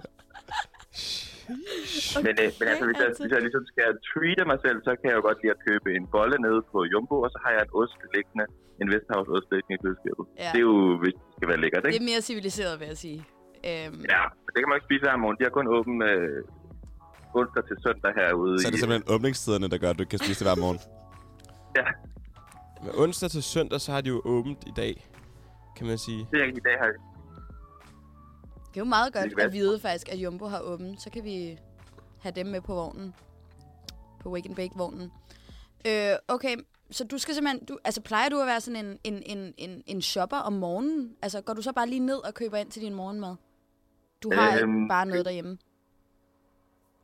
I: Men, øh, men altså, hvis jeg, hvis jeg ligesom skal treate mig selv, så kan jeg jo godt lide at købe en bolle nede på Jumbo, og så har jeg en ost liggende, en Vesthavs ost liggende i køleskabet.
D: Ja.
I: Ja. Det er jo, hvis det skal være lækkert,
D: Det
I: ikke?
D: er mere civiliseret, vil jeg sige. Øhm,
I: Ja, men det kan man ikke spise hver morgen. De har kun åben øh, onsdag til søndag herude.
E: Så er det
I: i-
E: simpelthen åbningstiderne, der gør, at du ikke kan spise det hver morgen.
I: Ja,
C: Men onsdag til søndag, så har de jo åbent i dag, kan man sige.
I: det er i dag her.
D: Det er jo meget
I: Det
D: godt
I: kan
D: at
I: være-
D: vide faktisk, at Jumbo har åbent. Så kan vi have dem med på vognen. På Wake and Bake-vognen. Øh, okay, så du skal simpelthen... Du, altså, plejer du at være sådan en, en, en, en, en shopper om morgenen? Altså, går du så bare lige ned og køber ind til din morgenmad? Du har øhm, ikke
I: Øhm,
D: bare noget derhjemme.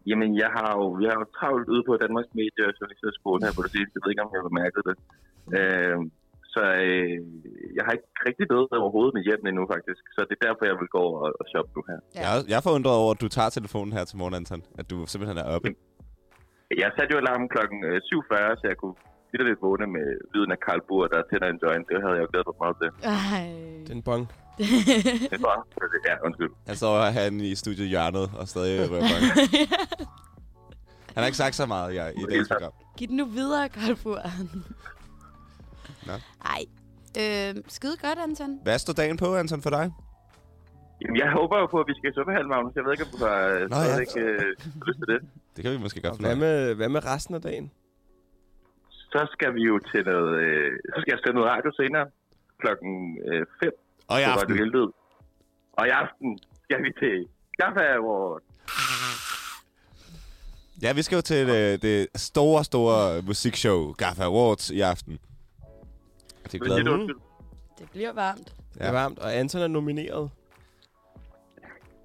I: Jamen, jeg har jo, jeg har jo travlt ude på Danmarks Medie- og Journalisterskole her på det sidste. Jeg ved ikke, om jeg har bemærket det. Øh, så øh, jeg har ikke rigtig noget overhovedet med hjem endnu, faktisk. Så det er derfor, jeg vil gå over og, og shoppe nu her.
D: Ja.
E: Jeg, er- jeg er forundret over, at du tager telefonen her til morgen, Anton. At du simpelthen er oppe.
I: Jeg satte jo alarmen klokken øh, 7.40, så jeg kunne lidt lidt vågne med lyden af Karl Burr, der tænder en joint. Det havde jeg jo glædet mig meget til.
D: Ej.
C: Den
D: [laughs]
C: bong.
I: Det var, ja, undskyld.
E: Han står herinde i studiet hjørnet og stadig rører bange. Han har ikke sagt så meget jeg, i dagens program.
D: [laughs] Giv den nu videre, Karl Fur.
E: Nå.
D: Ej. Øh, skide godt, Anton.
E: Hvad står dagen på, Anton, for dig?
I: Jamen, jeg håber jo på, at vi skal i svømmehallen, Magnus. Jeg ved ikke, om du har øh,
E: Nå, ja.
I: stadigvæk øh, lyst til det.
E: Det kan vi måske godt finde
C: Hvad
E: ud af.
C: med, hvad med resten af dagen?
I: Så skal vi jo til noget... Øh, så skal jeg sende noget radio senere. Klokken øh, 5
E: Og i
I: på Radio
E: aften.
I: Helvede. Og i aften skal vi til Kaffe Award.
E: Ja, vi skal jo til det, det store, store musikshow, Gaffa Awards, i aften. Og Det
I: Vil du sige det,
E: glæder mig.
I: undskyld?
D: Det bliver varmt.
C: Ja. Det er varmt, og Anton er nomineret.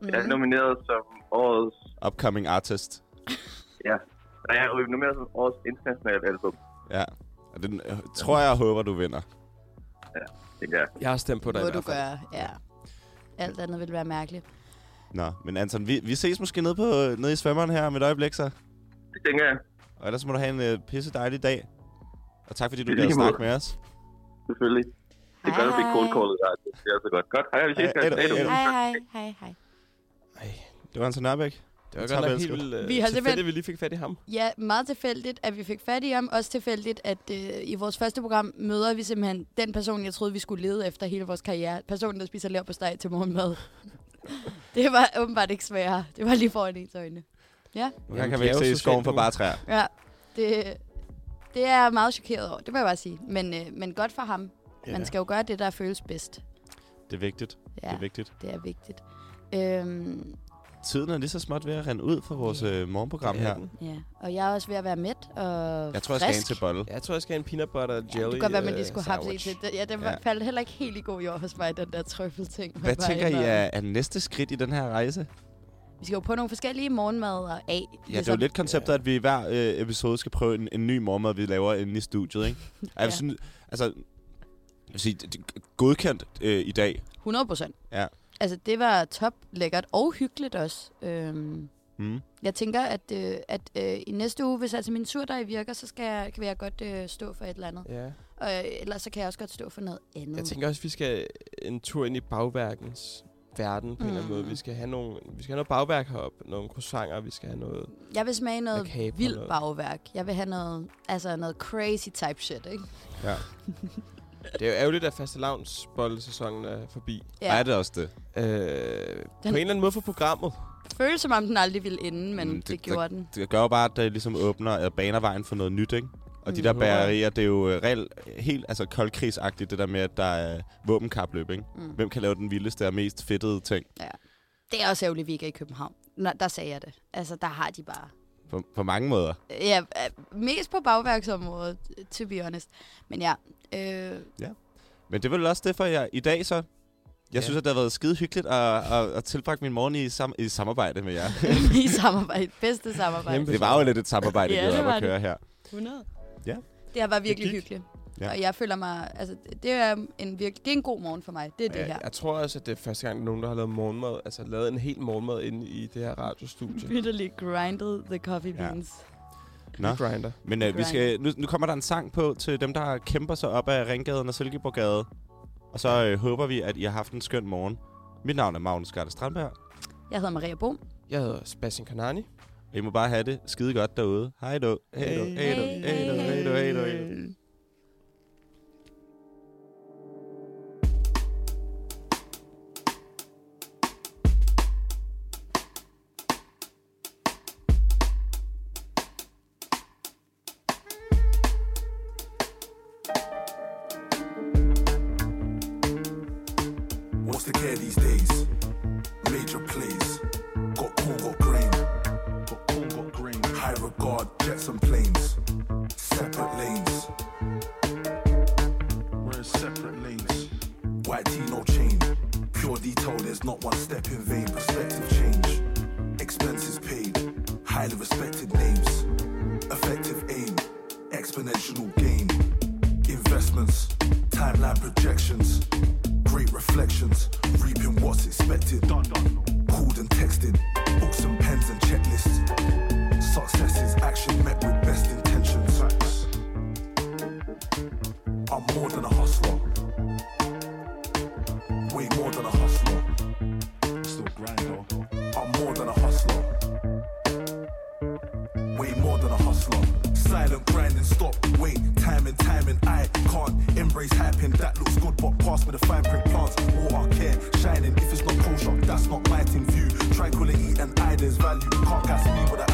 I: Jeg er nomineret som årets...
E: Upcoming artist.
I: Ja, Nej, jeg er nomineret som årets internationale album.
E: Ja. Og den øh, tror jeg og håber, du vinder.
I: tænker jeg.
C: Jeg har stemt på dig
D: må
C: i
D: du
C: hvert fald.
D: gøre, ja. Alt andet ville være mærkeligt.
E: Nå, men Anton, vi, vi ses måske nede, på, nede i svømmeren her om et øjeblik, så.
I: Det tænker jeg.
E: Og ellers må du have en øh, pisse dejlig dag. Og tak fordi du
I: I
E: gad at
I: lige måde.
E: snakke med os.
I: Selvfølgelig. Det er
D: Hej,
I: godt at blive
D: hej.
I: cold callet her. Det er så godt. Godt. Hej, vi ses.
E: Hej,
I: Hej,
E: hej,
I: hej.
E: hej.
D: Hej, hej, hej, hej.
E: Det var Anton Nørbæk.
C: Det var
E: Tak,
C: godt nok helt
E: elsket.
C: vildt øh,
D: Vi har
C: tilfældigt,
D: simpelthen-
C: at vi lige fik fat i ham.
D: Ja, meget tilfældigt, at vi fik fat i ham. Også tilfældigt, at øh, i vores første program møder vi simpelthen den person, jeg troede, vi skulle lede efter hele vores karriere. Personen, der spiser leverpostej
E: [laughs]
D: til morgenmad. det var åbenbart ikke sværere. Det var lige foran ens øjne.
E: Nogle gange
C: Jamen, de
E: kan vi
C: er
E: ikke
C: jo
E: se skoven
C: socialt
E: for
C: nu.
E: bare træer.
D: Ja, det, det er jeg meget chokeret over. Det må jeg bare sige. Men, øh, men godt for ham.
E: Ja,
D: Man skal jo gøre det, der føles bedst.
E: det er vigtigt.
D: Ja,
E: Det er vigtigt.
D: det er vigtigt. Øhm,
E: Tiden er lige så småt ved at rende ud for vores øh, morgenprogram
C: Ja.
E: her.
D: ja. Og jeg er også ved at være mæt og
E: Jeg tror, jeg skal
D: frisk.
E: ind til bolle.
C: Jeg tror, jeg skal have en peanut butter jelly øh,
D: Ja, det kunne godt være, man lige skulle have det
C: sandwich.
D: til. Den- Ja, den
E: øh, Ja.
D: ja. faldt heller ikke helt i god jord hos mig, den der trøffelting. man
E: Hvad
D: bare
E: tænker I øh,
D: ender med.
E: er, er næste skridt i den her rejse?
D: Vi skal jo på nogle forskellige morgenmader af.
E: Ja, det er jo lidt konceptet, at vi i hver øh, episode skal prøve en, en ny morgenmad, vi laver inde i studiet, [laughs] ikke? ja. jeg
D: Ja.
E: synes, altså, jeg vil sige, det, det, godkendt øh, i dag.
D: 100 procent.
E: Ja.
D: Altså, det var top lækkert og hyggeligt også. Øhm,
E: Mm.
D: jeg tænker, at, øh, at øh, i næste uge, hvis altså min surdej virker, så skal jeg, kan jeg godt øh, stå for et eller andet.
C: Ja.
D: Og øh, ellers så kan jeg også godt stå for noget andet.
C: Jeg tænker også, at vi skal en tur ind i bagværkens verden på mm. en eller anden måde.
D: Mm.
C: Vi skal have nogle, vi skal have noget bagværk heroppe, nogle croissanter, vi skal have noget...
D: jeg vil smage noget
C: Jeg kan ikke
D: vildt
C: holde ud.
D: bagværk. Jeg vil have noget, altså noget crazy type shit, ikke?
C: Det er jo ærgerligt, at faste lavnsbollesæsonen er forbi.
E: Ja. Er det også det?
C: Øh, På en eller anden måde for programmet.
D: Føles som om, den aldrig ville ende, men
E: Mm,
D: mm,
E: det-
D: det,
E: der-
D: det gjorde den.
E: Det gør jo bare, at det ligesom åbner og baner vejen for noget nyt, ikke? Og de der
D: Mm.
C: Det håber jeg.
E: bagerier, det er jo øh, reelt helt altså, koldkrigsagtigt, det der med, at der er våbenkapløb, ikke?
D: Mm.
E: Hvem kan lave den vildeste og mest fedtede ting?
D: Det er også ærgerligt, vi ikke er i København. Nå, der sagde jeg det. Altså, der har de bare...
E: På, på mange måder.
D: Ja, øh, mest på bagværksområdet, to be honest. Men ja, øh,
E: Men det var vel også det for jer i dag, så. Jeg ja.
C: Ja.
E: synes, at det har været skide hyggeligt at, at, at tilbringe min morgen i, sam, i samarbejde
D: [laughs]
E: med jer.
D: i samarbejde. Bedste samarbejde.
C: Kæmpe.
E: det var jo lidt et samarbejde,
D: Ja,
E: ja, vi
D: det
E: havde op
D: var
E: at
D: det.
E: køre her.
D: 100.
E: Ja.
D: Det har været virkelig
C: Det gik.
D: hyggeligt.
E: Ja.
D: Ja. Og jeg føler mig... Altså, det er, en virkelig, det er en god morgen for mig. Det er det her.
C: Jeg, jeg tror også, at det er første gang, nogen, der har lavet morgenmad, altså lavet en hel morgenmad inde i det her radiostudie.
D: Bitterly grinded the coffee
E: Ja.
D: beans.
E: Nå.
C: Grinder.
E: Men øh, vi
D: Grind.
E: skal, nu, nu kommer der en sang på til dem, der kæmper sig op ad Ringgaden og Silkeborggade. Og så øh, håber vi, at I har haft en skøn morgen. Mit navn er Magnus Garde Strandberg.
D: Jeg hedder Maria Bo.
C: Jeg hedder Sebastian Kanani.
E: Og I må bare have det skide godt derude. Hej då. Hej då. Hej då. Hej då. Hej då. Hej då. Hej då.
J: What's the care these days? Major plays. Got cool, got green. Got cool, got green. High regard, jets and planes. Separate lanes. We're in separate lanes. White tee, no chain. Pure detail, there's not one step in vain. Perspective change. Expenses paid. Highly respected names. Effective aim. Exponential gain. Investments. Timeline projections. Great reflections. Reaping what's expected. Called and texted. Books and pens and checklists. Successes, action met with best intentions. I'm more than a hustler. Way more than a hustler. Still grind I'm more than a hustler. Way more than a hustler. Silent grinding, stop, wait, time and time and I can't embrace hyping. That looks good, but pass me the fine print plants. Water care, shining. If it's not kosher, that's not my thing. View tranquility and I, there's value. Can't gas me with that